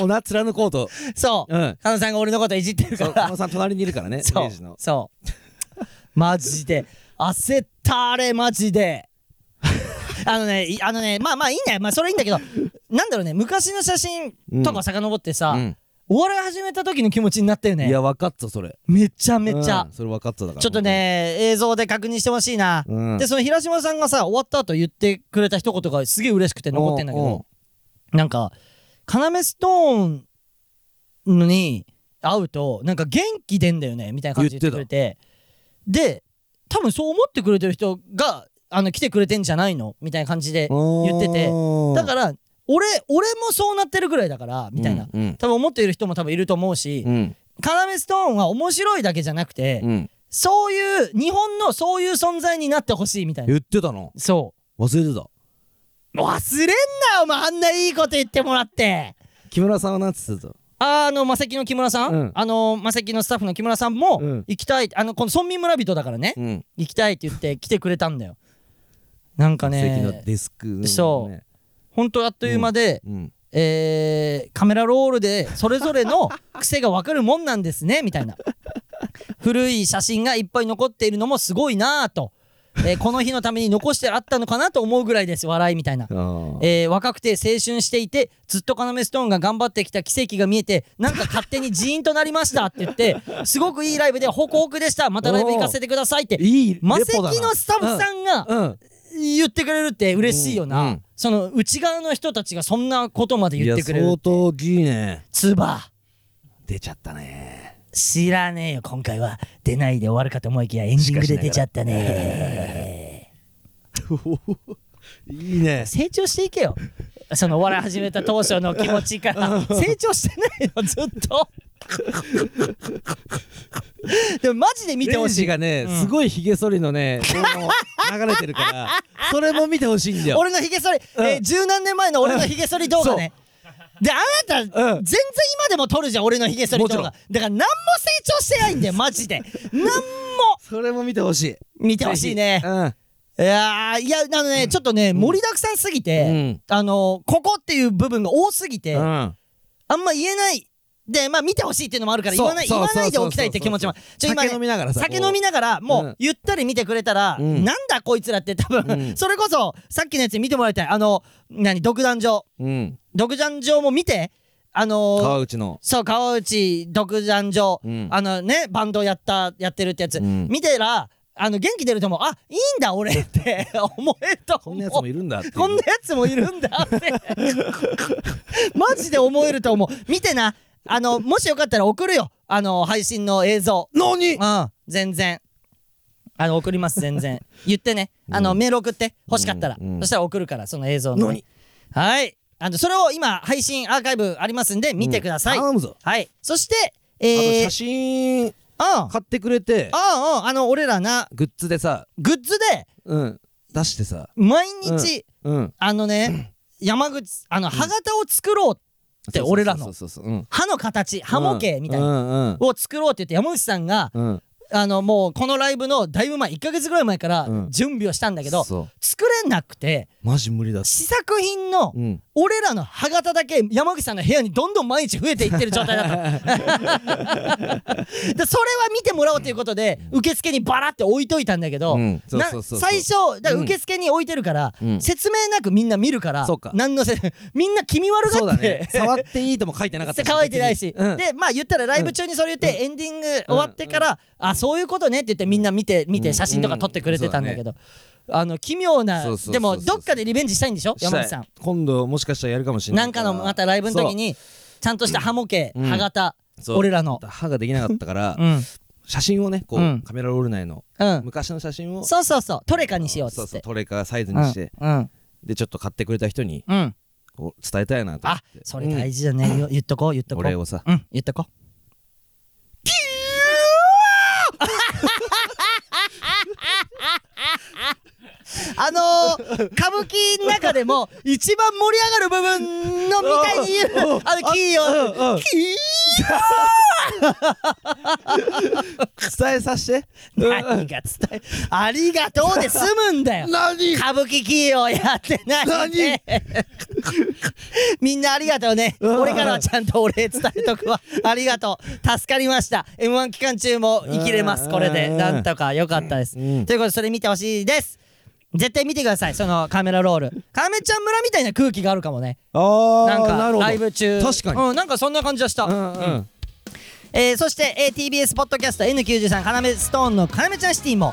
おな貫こう と そうう狩ん野、さんが俺のこといじってるかそう狩ら野さん隣にいるからね そレうイジのそうマジで焦ったあれマジで あのねいあのねまあまあいいんだよまあそれいいんだけどなんだろうね昔の写真とか遡ってさ、うんお笑い始めた時の気持ちになったよいねや分かったそれめちゃめちゃ、うんそれ分かっただからちょっとね映像で確認してほしいな、うんでその平島さんがさ終わった後言ってくれた一言がすげえ嬉しくて残ってんだけおうおうどなんか要ストーンに会うとなんか元気出んだよねみたいな感じで言ってくれてで多分そう思ってくれてる人があの来てくれてんじゃないのみたいな感じで言っててだから俺俺もそうなってるぐらいだからみたいな、うん多分思っている人も多分いると思うし、うん要ストーンは面白いだけじゃなくて、うんそういう日本のそういう存在になってほしいみたいな言ってたのそ忘れてたう忘れんなよお前あんないいこと言ってもらって木村さんはなんつってたあのマセキの木村さん、うんあのマセキのスタッフの木村さんもうん行きたい、あのこの村民村人だからね、うん行きたいって言って来てくれたんだよなんか席のねデスクのそうねほんとあっという間で、うんえーカメラロールでそれぞれの 癖が分かるもんなんですねみたいな古い写真がいっぱい残っているのもすごいなぁと、えーこの日のために残してあったのかなと思うぐらいです笑いみたいなあーえー若くて青春していてずっと要ストーンが頑張ってきた奇跡が見えてなんか勝手にジーンとなりましたって言 ってすごくいいライブでホクホクでしたまたライブ行かせてくださいっていいレマセキポだなのスタッフさんがうん言ってくれるって嬉しいよな、うんうんその内側の人たちがそんなことまでい言っやてくれる相当いいねツバ出ちゃったね知らねえよ今回は出ないで終わるかと思いきやエンディングで出ちゃった ねいいね成長してい けよそのお笑い始めた当初の気持ちから成長してないのずっ とでもマジで見てほしレンジいがね、うんすごいひげ剃りのね動画も流れてるから それも見てほしいんだよ俺のひげ剃り、んえー十何年前の俺のひげ剃り動画ねであなた、う全ん然今でも撮るじゃん俺のひげ剃り動画もだちろんから何も成長してないんだよマ ジで何もそれも見てほしい見てほしいねうんいやーいやあのねちょっとね、盛りだくさんすぎて、あのここっていう部分が多すぎて、うんあんま言えない。で、まあ見てほしいっていうのもあるから、そ言うわない、そ言うわないでそうおきたいって気持ちも。ちょ今酒飲ね、みながらさ酒飲みながら、もう、うんゆったり見てくれたら、うんなんだこいつらって多う分、んそれこそ、さっきのやつ見てもらいたい。あの、何、独壇場。うん独壇場も見て、あのー、川内のそう、川内独壇場うん、あのね、バンドやった、やってるってやつ、うん見てら、あの、元気出ると思う。あ、いいんだ、俺って思えるとこんなやつ思うも。いるんだっていうこんなやつもいるんだって マジで思えると思う見てなあのもしよかったら送るよあの配信の映像何うん全然あの送ります全然言ってねあの、メール送って欲しかったら、うんうんそしたら送るからその映像のね、何はいあのそれを今配信アーカイブありますんで見てください、頼むぞはいそしてあとえ写ー、真あ買ってくれてあああの俺らなグッズでさグッズでうん出してさ毎日、うんあのね、山口、あの、歯型を作ろうって、俺らそうのそうそうそううん歯の形、歯模型みたいな、なを作ろうって言って、山口さんが、うんうんうんあの、もうこのライブのだいぶ前、1ヶ月ぐらい前からうん準備をしたんだけど、そう作れなくて、マジ無理だ試作品のうん俺らの歯型だけ山口さんの部屋にどんどん毎日増えていってる状態だった。で それは見てもらおうということで受付にバラって置いといたんだけど、うんそうなそうそうそう最初だからうん受付に置いてるから、うん説明なくみんな見るからそうか何のせ みんな気味悪そうがだっね て。触っていいとも書いてなかったし乾いてないし、うんでまあ言ったらライブ中にそれ言って、エンディング終わってから、あそういうことねって言ってみんな見て見て写真とか撮ってくれてたんだけど、あの奇妙なそうそうそうそうでもどっかでリベンジしたいんでしょ山口さんしたい今度もしかしたらやるかもしれなないんかからのまたライブの時にちゃんとした歯模型、うん歯型、そう俺らのそう歯ができなかったからうん写真をねこうんうカメラロール内のうん昔の写真をそうそうそうトレカにしようっつそうっそうてトレカサイズうにんしてうんでちょっと買ってくれた人にうんこう伝えたいなとあそれ大事だね、よ言っとこう言っとこうお礼をさうん言っとこうあのー、 歌舞伎の中でも一番盛り上がる部分のみたいに言うあのキーうんうをんキー伝えさせて何が伝えありがとうで済むんだよ何歌舞伎企業やってないでみんなありがとうねうん俺からはちゃんとお礼伝えと くわありがとう助かりました m 1期間中も生きれますこれでうんなんとか良かったです、うんということでそれ見てほしいです絶対見てくださいそのカメラロールカメちゃん村みたいな空気があるかもねあなんあなかるほどライブ中確かにうん、なんかそんな感じがした、うんうんえーそして、えー TBS ポッドキャスト N93 かなめストーンの「かなめちゃんシティも」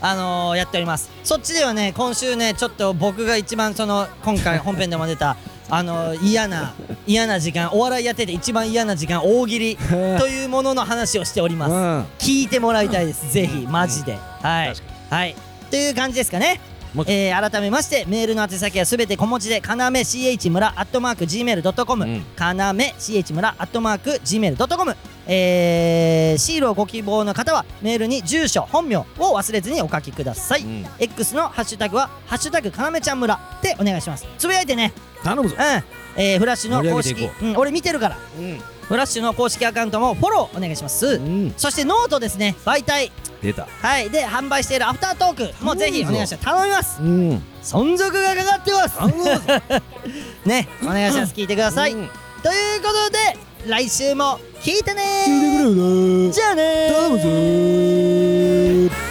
あのーやっておりますそっちではね今週ねちょっと僕が一番その今回本編でも出 たあのー嫌な嫌な時間お笑いやってて一番嫌な時間大喜 利というものの話をしております、うん聞いてもらいたいですぜひマジで、はいはいという感じですかねもうえー改めましてメールの宛先はすべて小文字でかなめ CH 村アットマーク Gmail.com、うんかなめ CH 村アットマーク Gmail.com えー、シールをご希望の方はメールに住所本名を忘れずにお書きください、うん X のハッシュタグは「ハッシュタグかなめちゃん村」でお願いしますつぶやいてね頼むぞうん、えーフラッシュの公盛り上式げていこう、ん、俺見てるからうんフラッシュの公式アカウントもフォローお願いします、うんそしてノートですね媒体出たはいで販売しているアフタートークもぜひお願いします頼みますうん存続がかかってます ねお願いします聞いてください、うんということで来週も聞いてねー聞いてくれよなじゃあねー頼むぞー